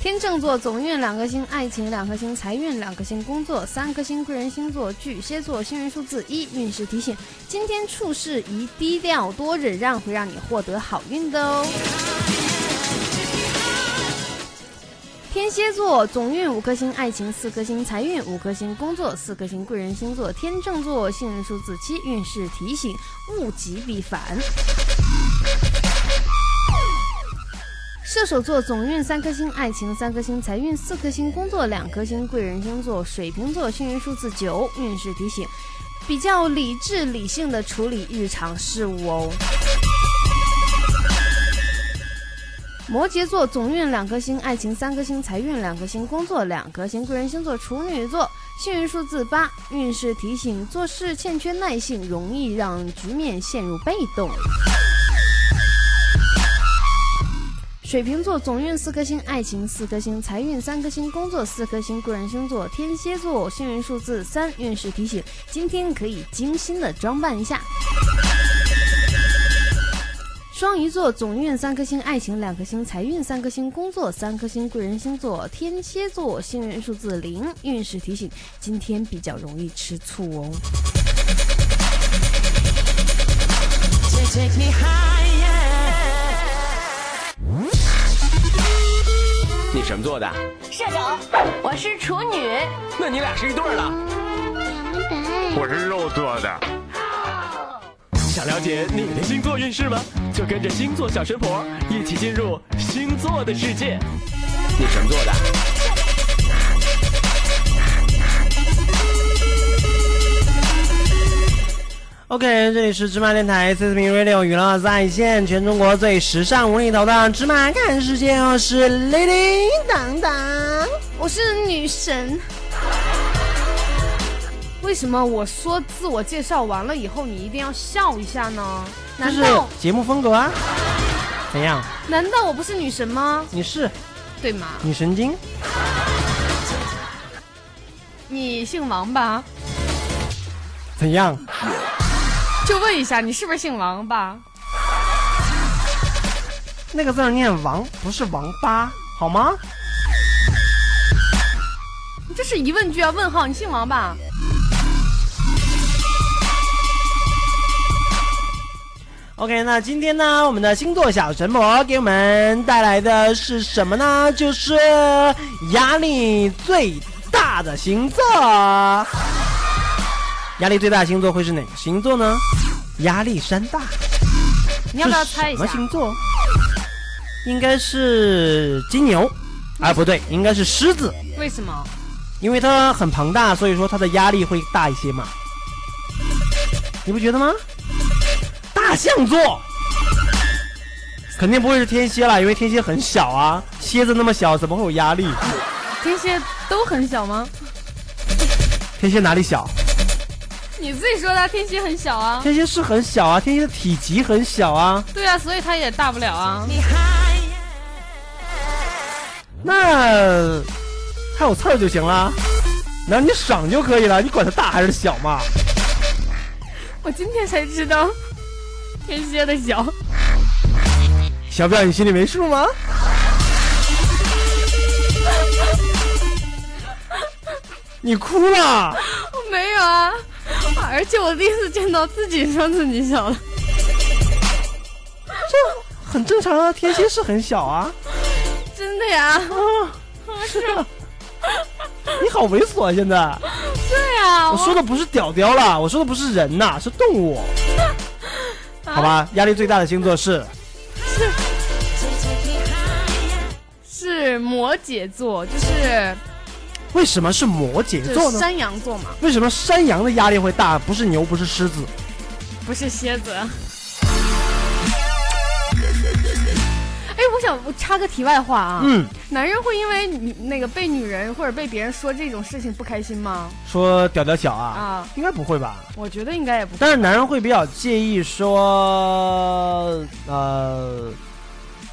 Speaker 13: 天秤座总运两颗星，爱情两颗星，财运两颗星，工作三颗星，贵人星座巨蟹座幸运数字一，运势提醒今天处事宜低调多忍让，会让你获得好运的哦。天蝎座总运五颗星，爱情四颗星，财运五颗星，工作四颗星，贵人星座天秤座幸运数字七，运势提醒物极必反。射手座总运三颗星，爱情三颗星，财运四颗星，工作两颗星。贵人星座水瓶座幸运数字九，运势提醒比较理智理性的处理日常事务哦。摩羯座总运两颗星，爱情三颗星，财运两颗星，工作两颗星。贵人星座处女座幸运数字八，运势提醒做事欠缺耐性，容易让局面陷入被动。水瓶座总运四颗星，爱情四颗星，财运三颗星，工作四颗星。个人星座天蝎座，幸运数字三，运势提醒：今天可以精心的装扮一下。双鱼座总运三颗星，爱情两颗星，财运三颗星，工作三颗星。贵人星座天蝎座，幸运数字零，运势提醒：今天比较容易吃醋哦。
Speaker 4: Take me higher.
Speaker 15: 你什么座的？
Speaker 16: 射手，我是处女。
Speaker 15: 那你俩是一对儿了。我是肉做的。想了解你的星座运势吗？就跟着星座小神婆一起进入星座的世界。你什么座的？
Speaker 2: OK，这里是芝麻电台 c s p Radio 娱乐在线，全中国最时尚无厘头的芝麻看世界，我是 Lady 当当，
Speaker 3: 啊我是女神。为什么我说自我介绍完了以后，你一定要笑一下呢？
Speaker 2: 这
Speaker 3: 难
Speaker 2: 是
Speaker 3: 道
Speaker 2: 节目风格啊？怎样？
Speaker 3: 难道我不是女神吗？
Speaker 2: 你是
Speaker 3: 对吗？
Speaker 2: 你神经？
Speaker 3: 你姓王吧？
Speaker 2: 怎样？
Speaker 3: 就问一下，你是不是姓王吧？
Speaker 2: 那个字儿念王，不是王八，好吗？
Speaker 3: 这是疑问句啊，问号，你姓王吧？
Speaker 2: OK，那今天呢，我们的星座小神婆给我们带来的是什么呢？就是压力最大的星座。压力最大的星座会是哪个星座呢？压力山大。
Speaker 3: 你要不要猜一下？
Speaker 2: 是什么星座？应该是金牛，啊，不对，应该是狮子，
Speaker 3: 为什么？
Speaker 2: 因为它很庞大，所以说它的压力会大一些嘛。你不觉得吗？大象座肯定不会是天蝎了，因为天蝎很小啊，蝎子那么小，怎么会有压力？
Speaker 3: 天蝎都很小吗？
Speaker 2: 天蝎哪里小？
Speaker 3: 你自己说的啊，天蝎很小啊。
Speaker 2: 天蝎是很小啊，天蝎的体积很小啊。
Speaker 3: 对啊，所以他也大不了啊。
Speaker 2: 那还有刺儿就行了，然后你赏就可以了，你管它大还是小嘛？
Speaker 3: 我今天才知道， 天蝎的小。
Speaker 2: 小表，你心里没数吗？你哭了？
Speaker 3: 我没有啊，而且我第一次见到自己说自己小了。
Speaker 2: 这很正常啊，天蝎是很小啊。
Speaker 3: 真的呀？是啊，
Speaker 2: 你好猥琐啊，现在。
Speaker 3: 对啊呀。
Speaker 2: 我说的不是屌屌啦，我说的不是人呐、是动物。
Speaker 3: 啊
Speaker 2: 好吧，压力最大的星座是
Speaker 3: 是摩羯座，就是
Speaker 2: 为什么是摩羯
Speaker 3: 就
Speaker 2: 座
Speaker 3: 是
Speaker 2: 呢？
Speaker 3: 山羊座嘛，
Speaker 2: 为什么山羊的压力会大？不是牛，不是狮子。
Speaker 3: 不是蝎子。 哎，我想我插个题外话啊，
Speaker 2: 嗯，
Speaker 3: 男人会因为女那个被女人或者被别人说这种事情不开心吗？
Speaker 2: 说屌屌小啊，
Speaker 3: 啊，
Speaker 2: 应该不会吧？
Speaker 3: 我觉得应该也不会。
Speaker 2: 但是男人会比较介意说，呃，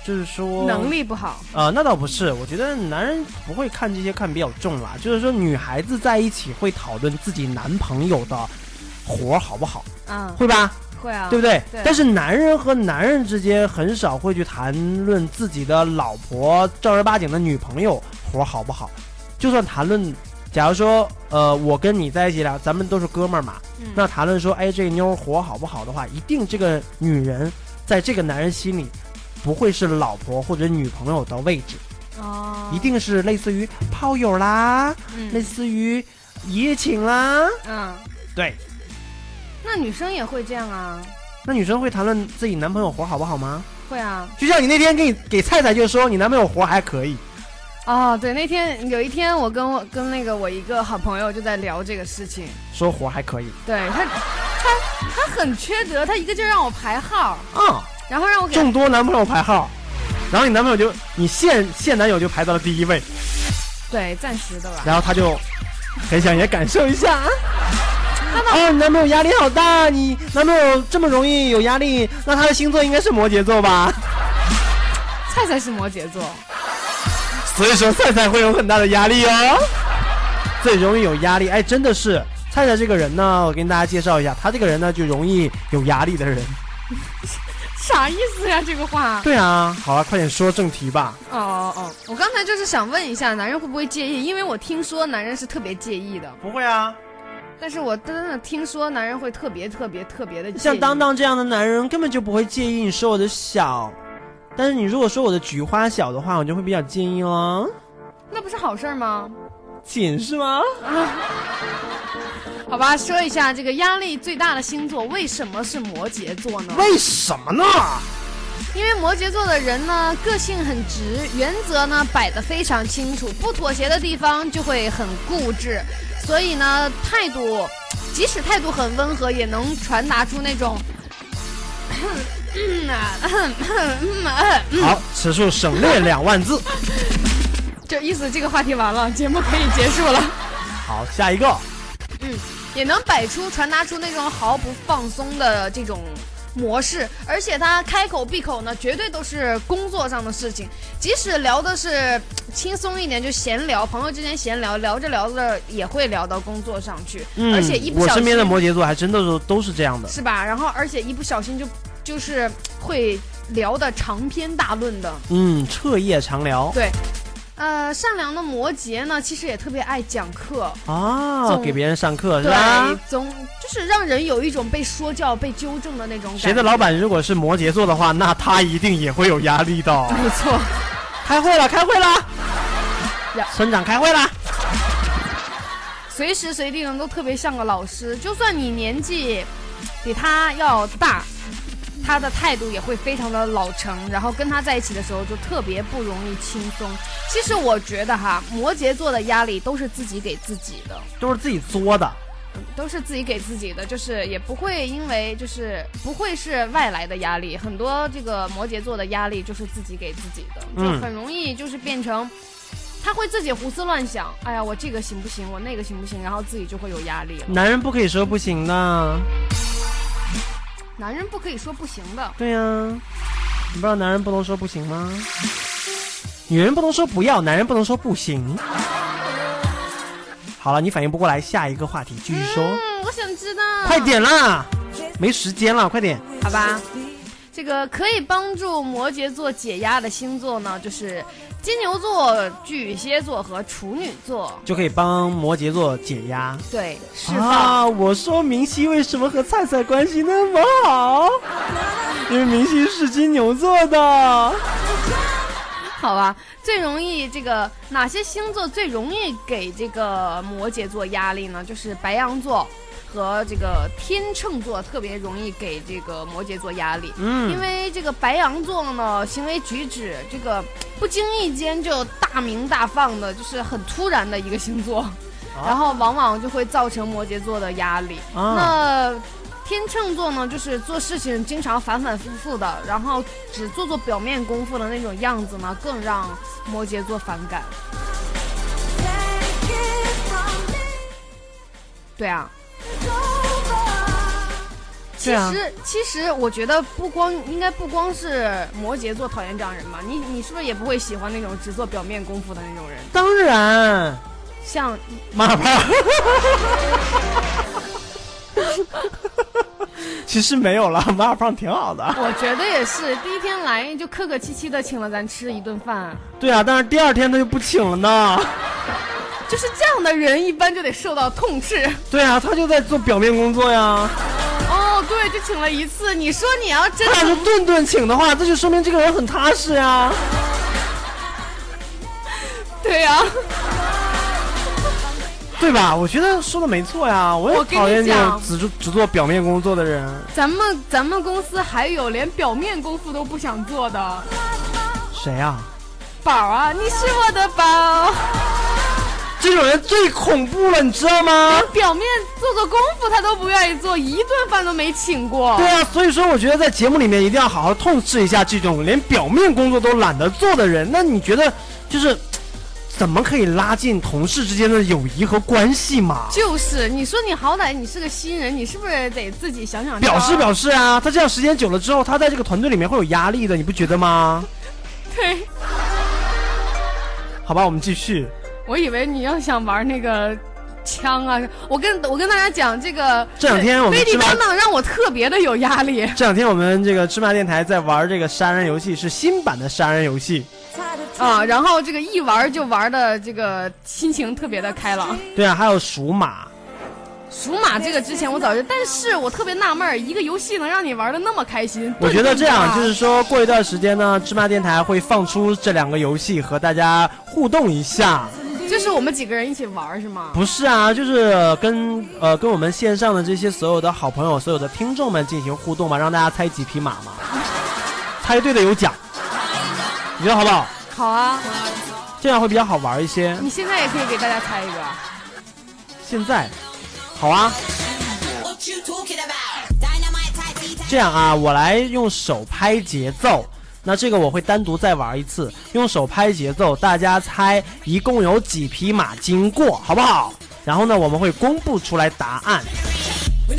Speaker 2: 就是
Speaker 15: 哦
Speaker 2: 说
Speaker 3: 能力不好，
Speaker 2: 啊、那倒不是，我觉得男人不会看这些看比较重啦，就是说女孩子在一起会讨论自己男朋友的活儿好不好，
Speaker 3: 嗯，
Speaker 2: 会吧？
Speaker 3: 会啊，
Speaker 2: 对不对？
Speaker 3: 对。
Speaker 2: 但是男人和男人之间很少会去谈论自己的老婆正儿八经的女朋友活儿好不好，就算谈论。假如说，呃，我跟你在一起了，咱们都是哥们儿嘛，
Speaker 17: 嗯
Speaker 2: 那谈论说，哎，这妞儿活儿好不好的话，一定这个女人在这个男人心里不会是老婆或者女朋友的位置，
Speaker 3: 哦，
Speaker 2: 一定是类似于炮友啦，
Speaker 3: 嗯
Speaker 2: 类似于一夜情啦，
Speaker 3: 嗯，
Speaker 2: 对。
Speaker 3: 那女生也会这样啊，
Speaker 2: 那女生会谈论自己男朋友活好不好吗？
Speaker 3: 会啊。
Speaker 2: 就像你那天给你给菜菜就说你男朋友活还可以，
Speaker 3: 哦，对，那天有一天我跟我跟那个我一个好朋友就在聊这个事情，
Speaker 2: 说活还可以，
Speaker 3: 对他，他他很缺德，他一个劲儿让我排号，
Speaker 2: 啊，
Speaker 3: 然后让我给
Speaker 2: 众多男朋友排号，然后你男朋友就你现现男友就排到了第一位，
Speaker 3: 对暂时的吧，
Speaker 2: 然后他就很想也感受一下。
Speaker 3: 他
Speaker 2: 啊，你男朋友压力好大，你男朋友这么容易有压力，那他的星座应该是摩羯座吧？
Speaker 3: 菜菜是摩羯座，
Speaker 2: 所以说菜菜会有很大的压力哦，最容易有压力。哎，真的是菜菜这个人呢，我跟大家介绍一下，他这个人呢就容易有压力的人。
Speaker 3: 啥意思呀？这个话。
Speaker 2: 对啊，好了，快点说正题吧。
Speaker 3: 哦哦哦，我刚才就是想问一下，男人会不会介意？因为我听说男人是特别介意的。
Speaker 2: 不会啊。
Speaker 3: 但是我真的听说男人会特别特别特别的介意。
Speaker 2: 像当当这样的男人根本就不会介意你说我的小，但是你如果说我的菊花小的话，我就会比较介意哦。
Speaker 3: 那不是好事儿吗？
Speaker 2: 紧是吗？
Speaker 3: 啊。好吧，说一下这个压力最大的星座为什么是摩羯座呢？
Speaker 2: 为什么呢？
Speaker 3: 因为摩羯座的人呢，个性很直，原则呢摆得非常清楚，不妥协的地方就会很固执，所以呢，态度即使态度很温和，也能传达出那种。
Speaker 2: 好，此处省略两万 字。
Speaker 3: 这意思，这个话题完了，节目可以结束了。
Speaker 2: 好，下一个。
Speaker 3: 嗯，也能摆出传达出那种毫不放松的这种模式，而且他开口闭口呢，绝对都是工作上的事情，即使聊的是轻松一点，就闲聊，朋友之间闲聊，聊着聊着也会聊到工作上去，
Speaker 2: 嗯，
Speaker 3: 而且一不
Speaker 2: 我
Speaker 3: 小
Speaker 2: 身
Speaker 3: 心
Speaker 2: 边的摩羯座还真的都都是这样的，
Speaker 3: 是吧？然后而且一不小心就就是会聊的长篇大论的，
Speaker 2: 嗯，彻夜长聊，
Speaker 3: 对。呃，善良的摩羯呢，其实也特别爱讲课
Speaker 2: 啊，
Speaker 3: 总
Speaker 2: 给别人上课是
Speaker 3: 对
Speaker 2: 吧？，
Speaker 3: 总就是让人有一种被说教、被纠正的那种感觉。
Speaker 2: 谁的老 板如果是摩羯座的话，那他一定也会有压力的。
Speaker 3: 没错，
Speaker 2: 开会了，开会了，
Speaker 3: 呀
Speaker 2: 村长开会了。
Speaker 3: 随时随地呢都特别像个老师，就算你年纪比他要大，他的态度也会非常的老成，然后跟他在一起的时候就特别不容易轻松。其实我觉得哈，摩羯座的压力都是自己给自己的。
Speaker 2: 都是自己作的。
Speaker 3: 都是自己给自己的，就是也不会因为就是不会是外来的压力，很多这个摩羯座的压力就是自己给自己的，
Speaker 2: 嗯
Speaker 3: 就很容易就是变成。他会自己胡思乱想，哎呀，我这个行不行？我那个行不行？然后自己就会有压力了。
Speaker 2: 男人不可以说不行的，
Speaker 3: 男人不可以说不行的，
Speaker 2: 对呀、你不知道男人不能说不行吗？女人不能说不要，男人不能说不行。好了，你反应不过来，下一个话题继续说，
Speaker 3: 嗯，我想知道。
Speaker 2: 快点啦，没时间了，快点。
Speaker 3: 好吧。这个可以帮助摩羯座解压的星座呢，就是金牛座、巨蟹座和处女座。
Speaker 2: 就可以帮摩羯座解压。
Speaker 3: 对，释放。
Speaker 2: 啊，我说明熙为什么和菜菜关系那么好？因为明熙是金牛座的。
Speaker 3: 好吧，最容易这个哪些星座最容易给这个摩羯座压力呢？就是白羊座和这个天秤座特别容易给这个摩羯座压力。
Speaker 2: 嗯
Speaker 3: 因为这个白羊座呢，行为举止这个不经意间就大鸣大放的，就是很突然的一个星座，然后往往就会造成摩羯座的压力。
Speaker 2: 啊
Speaker 3: 那天秤座呢，就是做事情经常反反复复的，然后只做做表面功夫的那种样子呢，更让摩羯座反感。对啊。其
Speaker 2: 对啊
Speaker 3: 实，其实我觉得不光应该不光是摩羯座讨厌这样人吧，你你是不是也不会喜欢那种只做表面功夫的那种人？
Speaker 2: 当然，
Speaker 3: 像
Speaker 2: 马 胖。其实没有了，马尔胖挺好的。
Speaker 3: 我觉得也是，第一天来就客客气气的请了咱吃一顿饭，
Speaker 2: 对啊，但是第二天他就不请了呢。
Speaker 3: 就是这样的人一般就得受到痛斥。
Speaker 2: 对啊，他就在做表面工作呀。
Speaker 3: 哦，对，就请了一次。你说你要真
Speaker 2: 他俩是
Speaker 3: 诚，
Speaker 2: 顿顿请的话，这就说明这个人很踏实呀。
Speaker 3: 对啊呀、
Speaker 2: 对吧？我觉得说的没错呀，我也
Speaker 3: 我跟你
Speaker 2: 讨厌这种
Speaker 3: 讲
Speaker 2: 只做只做表面工作的人。
Speaker 3: 咱们咱们公司还有连表面功夫都不想做的
Speaker 2: 谁呀、
Speaker 3: 宝啊，你是我的宝。
Speaker 2: 这种人最恐怖了，你知道吗？
Speaker 3: 表面做做功夫他都不愿意做，一顿饭都没请过。
Speaker 2: 对啊，所以说我觉得在节目里面一定要好好痛斥一下这种连表面工作都懒得做的人。那你觉得就是怎么可以拉近同事之间的友谊和关系嘛？
Speaker 3: 就是你说你好歹你是个新人，你是不是得自己想想招
Speaker 2: 啊 表示表示啊，他这样时间久了之后，他在这个团队里面会有压力的，你不觉得吗？
Speaker 3: 对，
Speaker 2: 好吧，我们继续。
Speaker 3: 我以为你要想玩那个枪啊！我跟我跟大家讲，这个
Speaker 2: 这两天我们啊
Speaker 3: 飞利
Speaker 2: 吃
Speaker 3: 当
Speaker 2: 完
Speaker 3: 当让我特别的有压力。
Speaker 2: 这两天我们这个芝麻电台在玩这个杀人游戏，是新版的杀人游戏。
Speaker 3: 啊，然后这个一玩就玩的这个心情特别的开朗。
Speaker 2: 对啊，还有属马，
Speaker 3: 属马这个之前我早就，但是我特别纳闷儿，一个游戏能让你玩的那么开心？
Speaker 2: 我觉得这样就是是说过一段时间呢，芝麻电台会放出这两个游戏和大家互动一下。
Speaker 3: 就是我们几个人一起玩儿是吗？
Speaker 2: 不是啊，就是跟呃跟我们线上的这些所有的好朋友、所有的听众们进行互动嘛，让大家猜几匹马嘛，猜对的有奖，你觉得好不好？
Speaker 3: 好啊，
Speaker 2: 这样会比较好玩一些。
Speaker 3: 你现在也可以给大家猜一个啊。
Speaker 2: 现在，好啊，这样啊，我来用手拍节奏。那这个我会单独再玩一次，用手拍节奏，大家猜一共有几匹马经过，好不好？然后呢，我们会公布出来答案。
Speaker 3: 我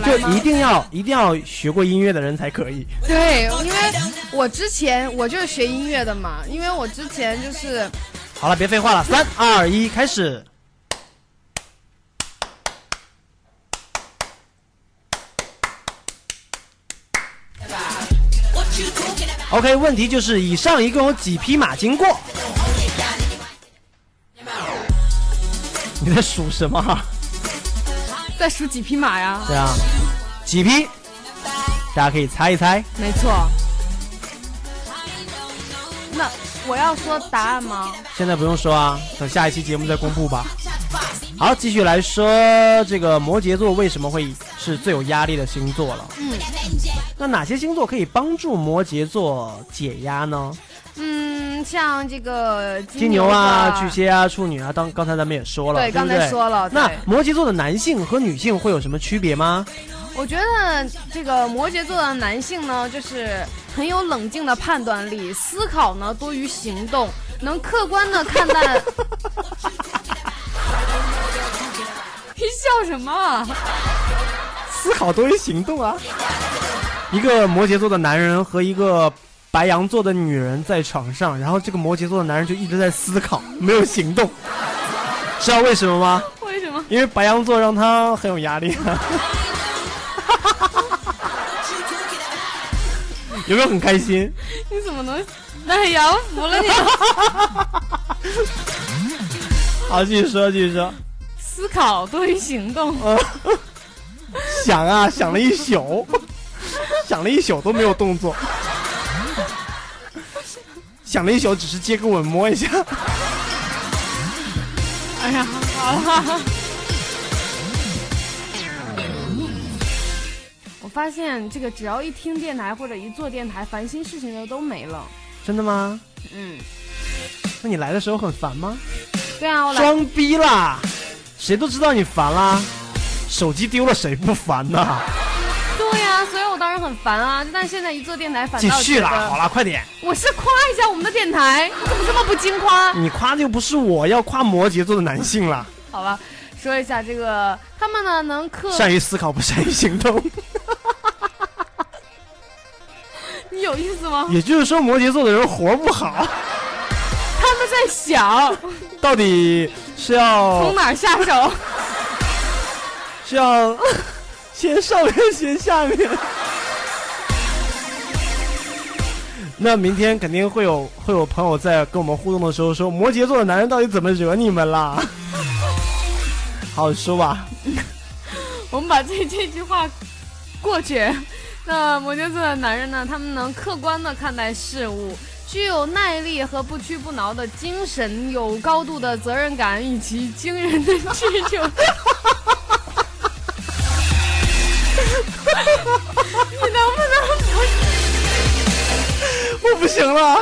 Speaker 3: 来
Speaker 2: 就
Speaker 3: 吗
Speaker 2: 一定要一定要学过音乐的人才可以。
Speaker 3: 对，因为我之前我就是学音乐的嘛，因为我之前就是
Speaker 2: 好了，别废话了，三二一，开始。OK，问题就是以上一共有几匹马经过？你在数什么？啊
Speaker 3: 在数几匹马呀。
Speaker 2: 对啊，几匹？大家可以猜一猜。
Speaker 3: 没错。那我要说答案吗？
Speaker 2: 现在不用说啊，等下一期节目再公布吧。好，继续来说这个摩羯座为什么会是最有压力的星座了？
Speaker 3: 嗯
Speaker 2: 那哪些星座可以帮助摩羯座解压呢？
Speaker 3: 嗯，像这个
Speaker 2: 金牛啊、巨蟹啊、处女啊，当刚才咱们也说了，
Speaker 3: 对
Speaker 2: 对，
Speaker 3: 刚才说了对
Speaker 2: 那摩羯座的男性和女性会有什么区别吗？
Speaker 3: 我觉得这个摩羯座的男性呢，就是很有冷静的判断力，思考呢多于行动，能客观的看 待。你笑什么啊？
Speaker 2: 思考多于行动啊。一个摩羯座的男人和一个白羊座的女人在床上，然后这个摩羯座的男人就一直在思考，没有行动，知道为什么吗？
Speaker 3: 为什么？
Speaker 2: 因为白羊座让他很有压力、啊。有没有很开心？
Speaker 3: 你怎么能？哎呀，我服 了你！
Speaker 2: 好，继续说，继续说。
Speaker 3: 思考多于行动。
Speaker 2: 想啊，想了一宿，想了一宿都没有动作，想了一宿只是接个吻摸一下。
Speaker 3: 哎呀，好了。我发现这个只要一听电台或者一做电台，烦心事情就都没了。
Speaker 2: 真的吗？
Speaker 3: 嗯，
Speaker 2: 那你来的时候很烦吗？
Speaker 3: 对啊，我来
Speaker 2: 装逼啦！谁都知道你烦啦，手机丢了谁不烦呐？
Speaker 3: 对呀、所以我当时很烦啊。但是现在一做电台，反
Speaker 2: 继
Speaker 3: 倒
Speaker 2: 续
Speaker 3: 觉
Speaker 2: 啦，
Speaker 3: 得
Speaker 2: 好啦，快点！
Speaker 3: 我是夸一下我们的电台，你怎么这么不经夸？
Speaker 2: 你夸的又不是我要夸摩羯座的男性啦，
Speaker 3: 好吧，说一下这个，他们呢能克，
Speaker 2: 善于思考不善于行动。
Speaker 3: 你有意思吗？
Speaker 2: 也就是说，摩羯座的人活不好，
Speaker 3: 他们在想
Speaker 2: 到底是要
Speaker 3: 从哪儿下手。
Speaker 2: 是要先上面先下面。那明天肯定会有会有朋友在跟我们互动的时候说，摩羯座的男人到底怎么惹你们啦？好好说吧，
Speaker 3: 我们把这这句话过去。那摩羯座的男人呢，他们能客观的看待事物，具有耐力和不屈不挠的精神，有高度的责任感以及惊人的智者。你能不能
Speaker 2: 我不行了，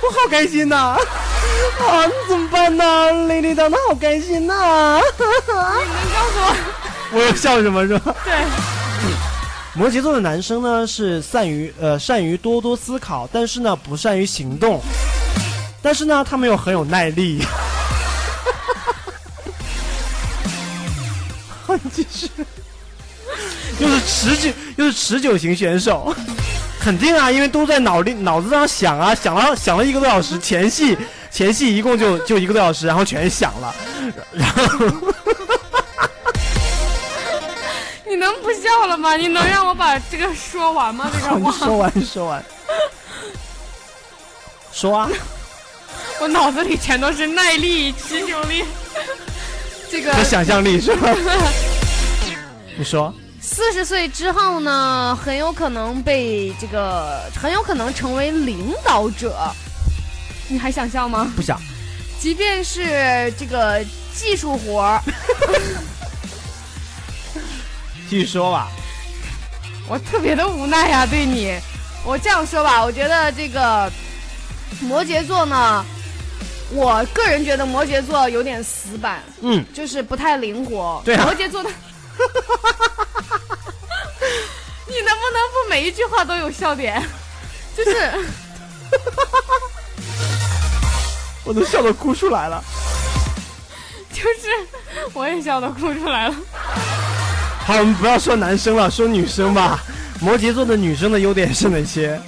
Speaker 2: 我好开心呐、啊，怎么办呢？雷雷当当好开心呐、
Speaker 3: 你能告诉我？
Speaker 2: 我要笑什么是吧？
Speaker 3: 对。
Speaker 2: 摩羯座的男生呢是善于呃善于多多思考，但是呢不善于行动，但是呢他们又很有耐力。 继续，又是持久又是持久型选手，肯定啊，因为都在脑力脑子上想啊，想了想了一个多小时，前戏 前戏一共就就一个多小时，然后全想了，然后
Speaker 3: 你能不笑了吗？你能让我把这个说完吗？这 个
Speaker 2: 你
Speaker 3: 话
Speaker 2: 说完说完，说 啊，
Speaker 3: 我脑子里全都是耐力、持久力，这个
Speaker 2: 和想象力是吧？ 你说
Speaker 3: 四十岁之后呢，很有可能被这个，很有可能成为领导者。你还想笑吗？
Speaker 2: 不想，
Speaker 3: 即便是这个技术活儿，
Speaker 2: 继续说吧。
Speaker 3: 我特别的无奈呀、啊对你。我这样说吧，我觉得这个摩羯座呢，我个人觉得摩羯座有点死板，
Speaker 2: 嗯
Speaker 3: 就是不太灵活。
Speaker 2: 对啊
Speaker 3: 摩羯座的， 你能不能不每一句话都有笑点？就是。
Speaker 2: 我都笑得哭出来了。
Speaker 3: 就是我也笑得哭出来了。
Speaker 2: 好，我们不要说男生了，说女生吧。摩羯座的女生的优点是哪些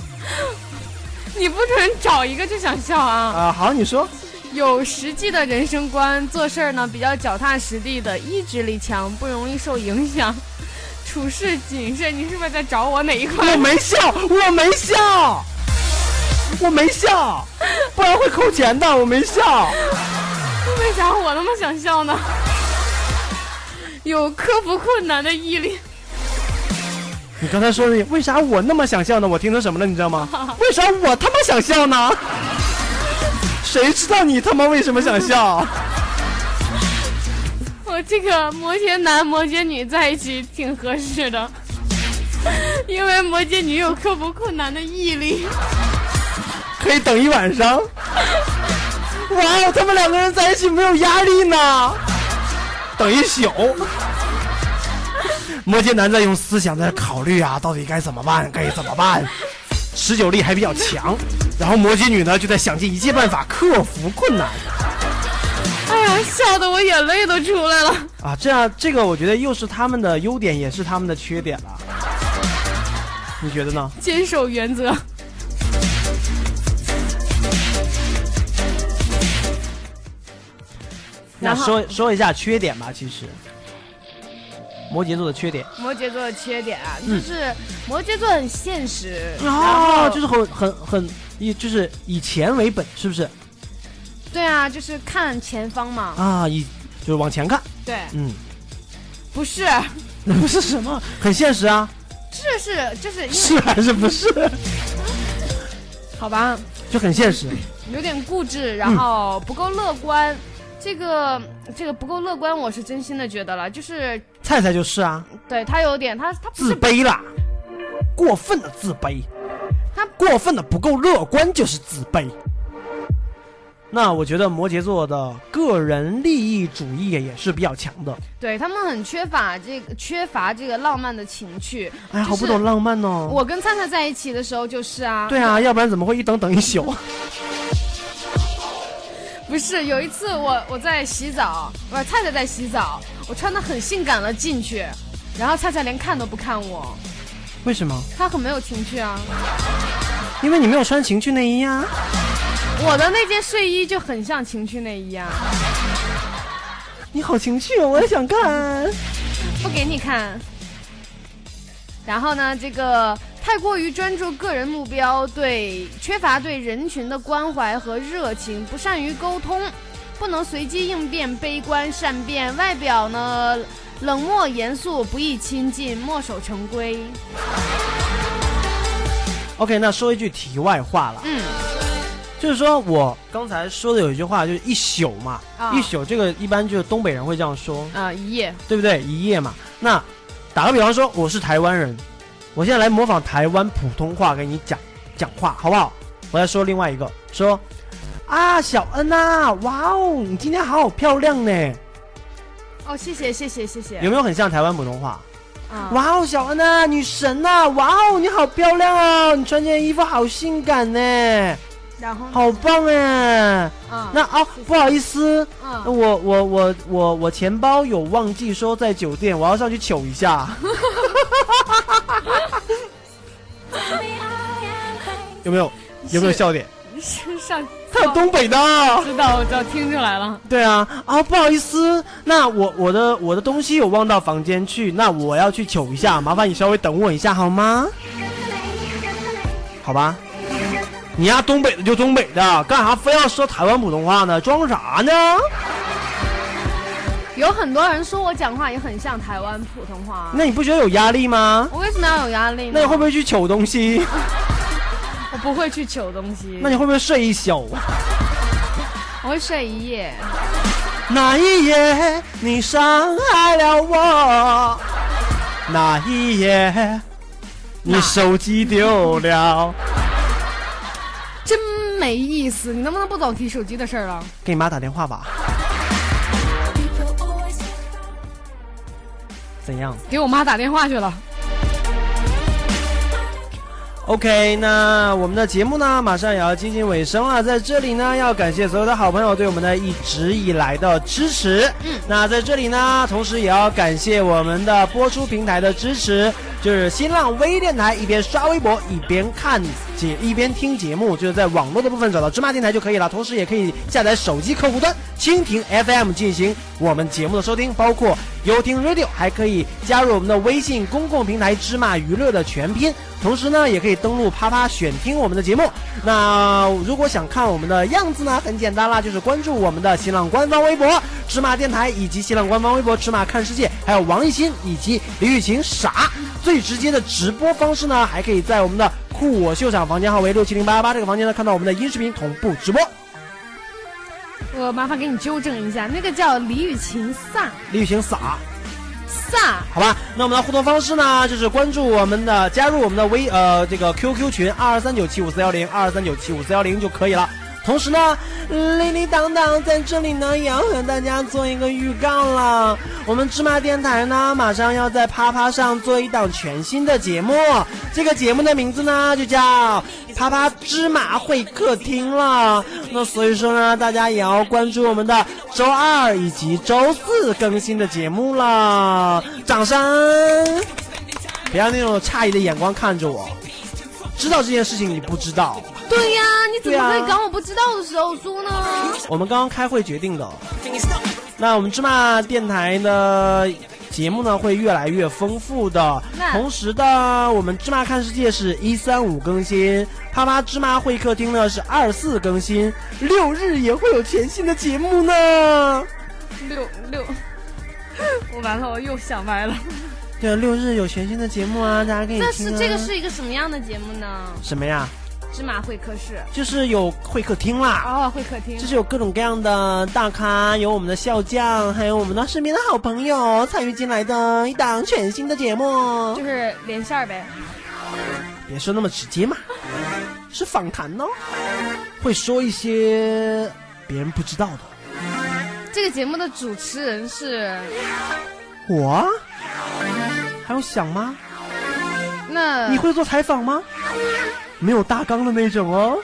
Speaker 3: 你不准找一个就想笑啊！
Speaker 2: 啊？好，你说。
Speaker 3: 有实际的人生观，做事儿呢比较脚踏实地的，意志力强，不容易受影响，处事谨慎。你是不是在找我哪一块？
Speaker 2: 我没笑，我没笑，我没笑，不然会扣钱的。我没笑。
Speaker 3: 为啥我那么想笑呢？ 有克服困难的毅力。
Speaker 2: 你刚才说的，为啥我那么想笑呢？我听成什么了？你知道吗？为啥我他妈想笑呢？谁知道你他妈为什么想笑？
Speaker 3: 我这个摩羯男、摩羯女在一起挺合适的，因为摩羯女有克服困难的毅力。
Speaker 2: 可以等一晚上。哇哦，他们两个人在一起没有压力呢，等一宿。摩羯男在用思想在考虑啊，到底该怎么办？该怎么办？持久力还比较强，然后摩羯女呢就在想尽一切办法克服困难
Speaker 3: 哎呀，笑得我眼泪都出来了。
Speaker 2: 啊。这样，这个我觉得又是他们的优点，也是他们的缺点了。你觉得呢？
Speaker 3: 坚守原则，
Speaker 2: 那
Speaker 3: 然后
Speaker 2: 说说一下缺点吧，其实摩羯座的缺点。
Speaker 3: 摩羯座的缺点啊，就
Speaker 2: 嗯
Speaker 3: 是摩羯座很现实，然
Speaker 2: 啊，
Speaker 3: 后
Speaker 2: 就是很很很以就是以钱为本，是不是
Speaker 3: 对啊，就是看前方嘛，
Speaker 2: 啊？以就是往前看，
Speaker 3: 对，
Speaker 2: 嗯，
Speaker 3: 不是，
Speaker 2: 那不是什么，很现实啊，
Speaker 3: 这是就是因为
Speaker 2: 是还是不是？
Speaker 3: 好吧，
Speaker 2: 就很现实，
Speaker 3: 有点固执，然
Speaker 2: 嗯
Speaker 3: 后不够乐观。这个这个不够乐观，我是真心的觉得了，就是
Speaker 2: 菜菜就是啊，
Speaker 3: 对他有点他他不
Speaker 2: 自
Speaker 3: 是
Speaker 2: 卑啦，过分的自卑，
Speaker 3: 他
Speaker 2: 过分的不够乐观就是自卑。那我觉得摩羯座的个人利益主义也是比较强的，
Speaker 3: 对他们很缺乏这个缺乏这个浪漫的情趣。
Speaker 2: 哎呀，
Speaker 3: 就
Speaker 2: 好不
Speaker 3: 是
Speaker 2: 懂浪漫哦。
Speaker 3: 我跟灿灿在一起的时候就是啊，
Speaker 2: 对啊，要不然怎么会一等等一宿？
Speaker 3: 不是有一次我我在洗澡，不是菜菜在洗澡，我穿的很性感了进去，然后菜菜连看都不看我，
Speaker 2: 为什么？
Speaker 3: 她很没有情趣啊。
Speaker 2: 因为你没有穿情趣内衣啊。
Speaker 3: 我的那件睡衣就很像情趣内衣啊，
Speaker 2: 你好情趣哦，我也想看。
Speaker 3: 不给你看。然后呢，这个太过于专注个人目标，对缺乏对人群的关怀和热情，不善于沟通，不能随机应变，悲观善变，外表呢冷漠严肃，不易亲近，墨守成规。
Speaker 2: OK，那说一句题外话了，
Speaker 3: 嗯，
Speaker 2: 就是说我刚才说的有一句话，就是一宿嘛，
Speaker 3: 啊
Speaker 2: 一宿这个一般就是东北人会这样说，
Speaker 3: 啊、一夜
Speaker 2: 对不对？一夜嘛。那打个比方说，我是台湾人，我现在来模仿台湾普通话给你讲讲话，好不好？我再说另外一个，说啊，小恩呐、哇哦，你今天好漂亮呢，
Speaker 3: 哦，谢谢谢谢谢谢。
Speaker 2: 有没有很像台湾普通话？
Speaker 3: 啊
Speaker 2: 哇哦，小恩呐、女神呐、哇哦，你好漂亮哦，你穿这件衣服好性感呢。
Speaker 3: 然后呢
Speaker 2: 好棒哎！
Speaker 17: 啊
Speaker 3: 嗯
Speaker 2: 那哦，不好意思，
Speaker 3: 嗯
Speaker 2: 我我我我我钱包有忘记收在酒店，我要上去取一下。有没有有没有
Speaker 17: 是
Speaker 2: 笑点？
Speaker 17: 是 上
Speaker 2: 他是东北的，
Speaker 17: 知道我知道，听出来了。
Speaker 2: 对啊，啊，不好意思，那我我的我的东西我忘到房间去，那我要去取一下，麻烦你稍微等我一下好吗？好吧，你呀，东北的就东北的，干啥非要说台湾普通话呢？装啥呢？
Speaker 3: 有很多人说我讲话也很像台湾普通话，
Speaker 2: 那你不觉得有压力吗？
Speaker 3: 我为什么要有压力呢？
Speaker 2: 那你会不会去取东西？
Speaker 3: 我不会去求东西。
Speaker 2: 那你会不会睡一宿？
Speaker 3: 我会睡一夜。
Speaker 2: 哪一夜你伤害了我？哪一夜你手机丢了？
Speaker 17: 真没意思，你能不能不总提手机的事儿了？
Speaker 2: 给你妈打电话吧。怎样
Speaker 17: 给我妈打电话去了。
Speaker 2: ？OK，那我们的节目呢，马上也要接近尾声了，在这里呢，要感谢所有的好朋友对我们的一直以来的支持。嗯，那在这里呢，同时也要感谢我们的播出平台的支持，就是新浪微电台，一边刷微博一边看节一边听节目，就是在网络的部分找到芝麻电台就可以了。同时也可以下载手机客户端蜻蜓 FM 进行我们节目的收听，包括优听 Radio，还可以加入我们的微信公共平台芝麻娱乐的全拼。同时呢，也可以登录啪啪选听我们的节目。那如果想看我们的样子呢，很简单啦，就是关注我们的新浪官方微博“芝麻电台”以及新浪官方微博“芝麻看世界”，还有王艺昕以及李雨晴傻。最直接的直播方式呢，还可以在我们的酷我秀场房间号为六七零八八这个房间呢，看到我们的音视频同步直播。
Speaker 17: 我麻烦给你纠正一下，那个叫李雨晴飒
Speaker 2: 李雨晴傻。
Speaker 17: 飒。
Speaker 2: 好吧，那我们的互动方式呢，就是关注我们的，加入我们的微呃这个 QQ 群二二三九七五四幺零二二三九七五四幺零就可以了。同时呢，嗯叮叮当当在这里呢也要和大家做一个预告了。我们芝麻电台呢马上要在啪啪上做一档全新的节目，这个节目的名字呢就叫《啪啪芝麻会客厅》了。那所以说呢，大家也要关注我们的周二以及周四更新的节目了。掌声！别让那种诧异的眼光看着我，知道这件事情你不知道。
Speaker 17: 对呀、你怎
Speaker 2: 对
Speaker 17: 么
Speaker 2: 啊
Speaker 17: 可以赶我不知道的时候说呢？
Speaker 2: 我们刚刚开会决定的。那我们芝麻电台的节目呢会越来越丰富的
Speaker 17: 那，
Speaker 2: 同时呢，我们芝麻看世界是一三五更新，啪啪芝麻会客厅呢是二四更新，六日也会有全新的节目呢。
Speaker 17: 六六， 我完了，我又想歪了。
Speaker 2: 对，啊六日有全新的节目啊，大家可以听、
Speaker 17: 这
Speaker 2: 啊。
Speaker 17: 是这个是一个什么样的节目呢？
Speaker 2: 什么呀？
Speaker 17: 芝麻会客室。
Speaker 2: 就是有会客厅啦。
Speaker 17: 哦，会客厅。
Speaker 2: 就是有各种各样的大咖，有我们的笑匠，还有我们的身边的好朋友参与进来的一档全新的节目。
Speaker 17: 就是连线儿呗。
Speaker 2: 别说那么直接嘛，是访谈哦，会说一些别人不知道的。
Speaker 17: 这个节目的主持人是，
Speaker 2: 我啊还用想吗？
Speaker 17: 那
Speaker 2: 你会做采访吗？没有大纲的那种哦。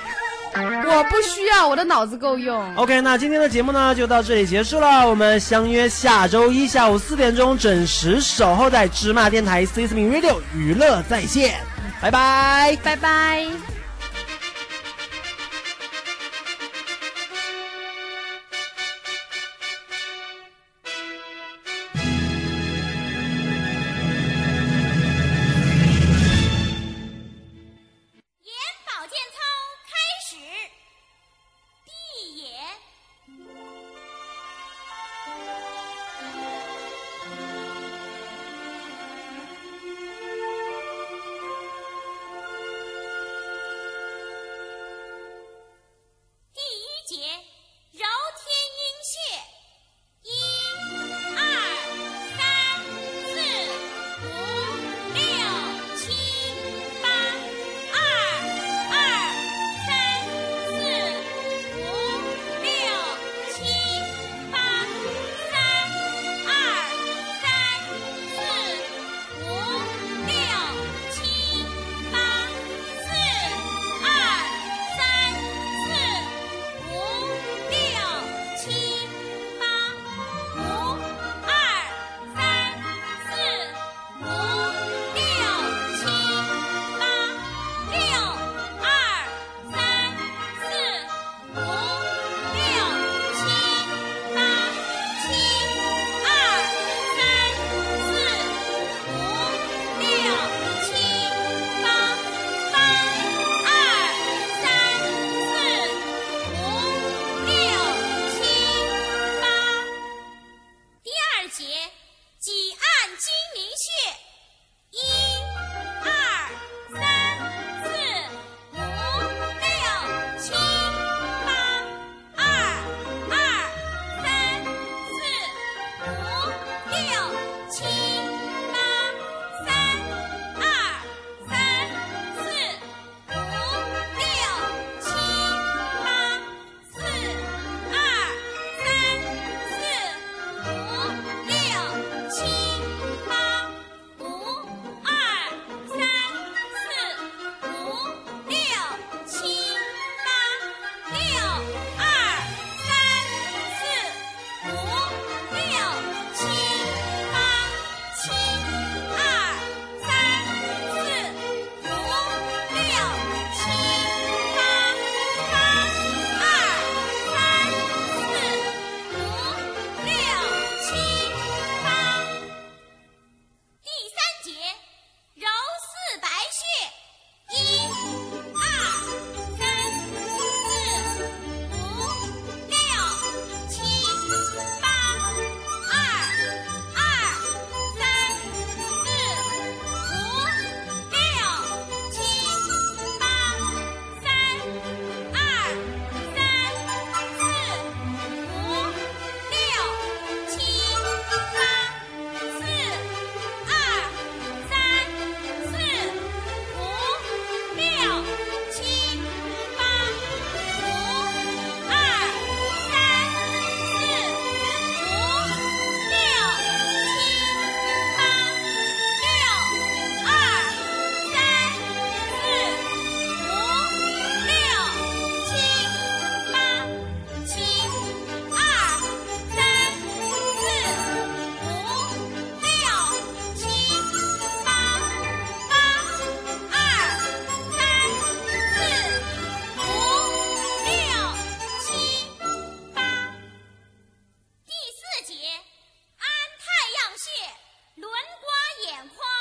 Speaker 17: 我不需要，我的脑子够用。
Speaker 2: OK，那今天的节目呢就到这里结束了，我们相约下周一下午四点钟准时守候在芝麻电台 C S M Radio 娱乐在线，拜拜，
Speaker 17: 拜拜。
Speaker 6: 眼保健操开始，闭眼，
Speaker 4: Thank
Speaker 6: 啊穴，几按睛明穴，一、二、三、四、五、六、七、八、二、二、三、四、五、六、七、八、三、二、三、四、五、六、七、八、四、二、三、四。五六七八，五二三四，五六七八，六二三四，五六七八，七二三四，五六七八，八二三四。五六七八，第三节揉四白穴，一、二、三、四、五、六、七、八、二、二、三、四、五、六、七、八、三、二、三、四。五六七八四二三四五六七八五二三四五六七八六二三四五六七八。七、二、三、四、五、六、七、八、八、二、三、四、五、六、七、八。第四节，按太阳穴，轮刮眼眶，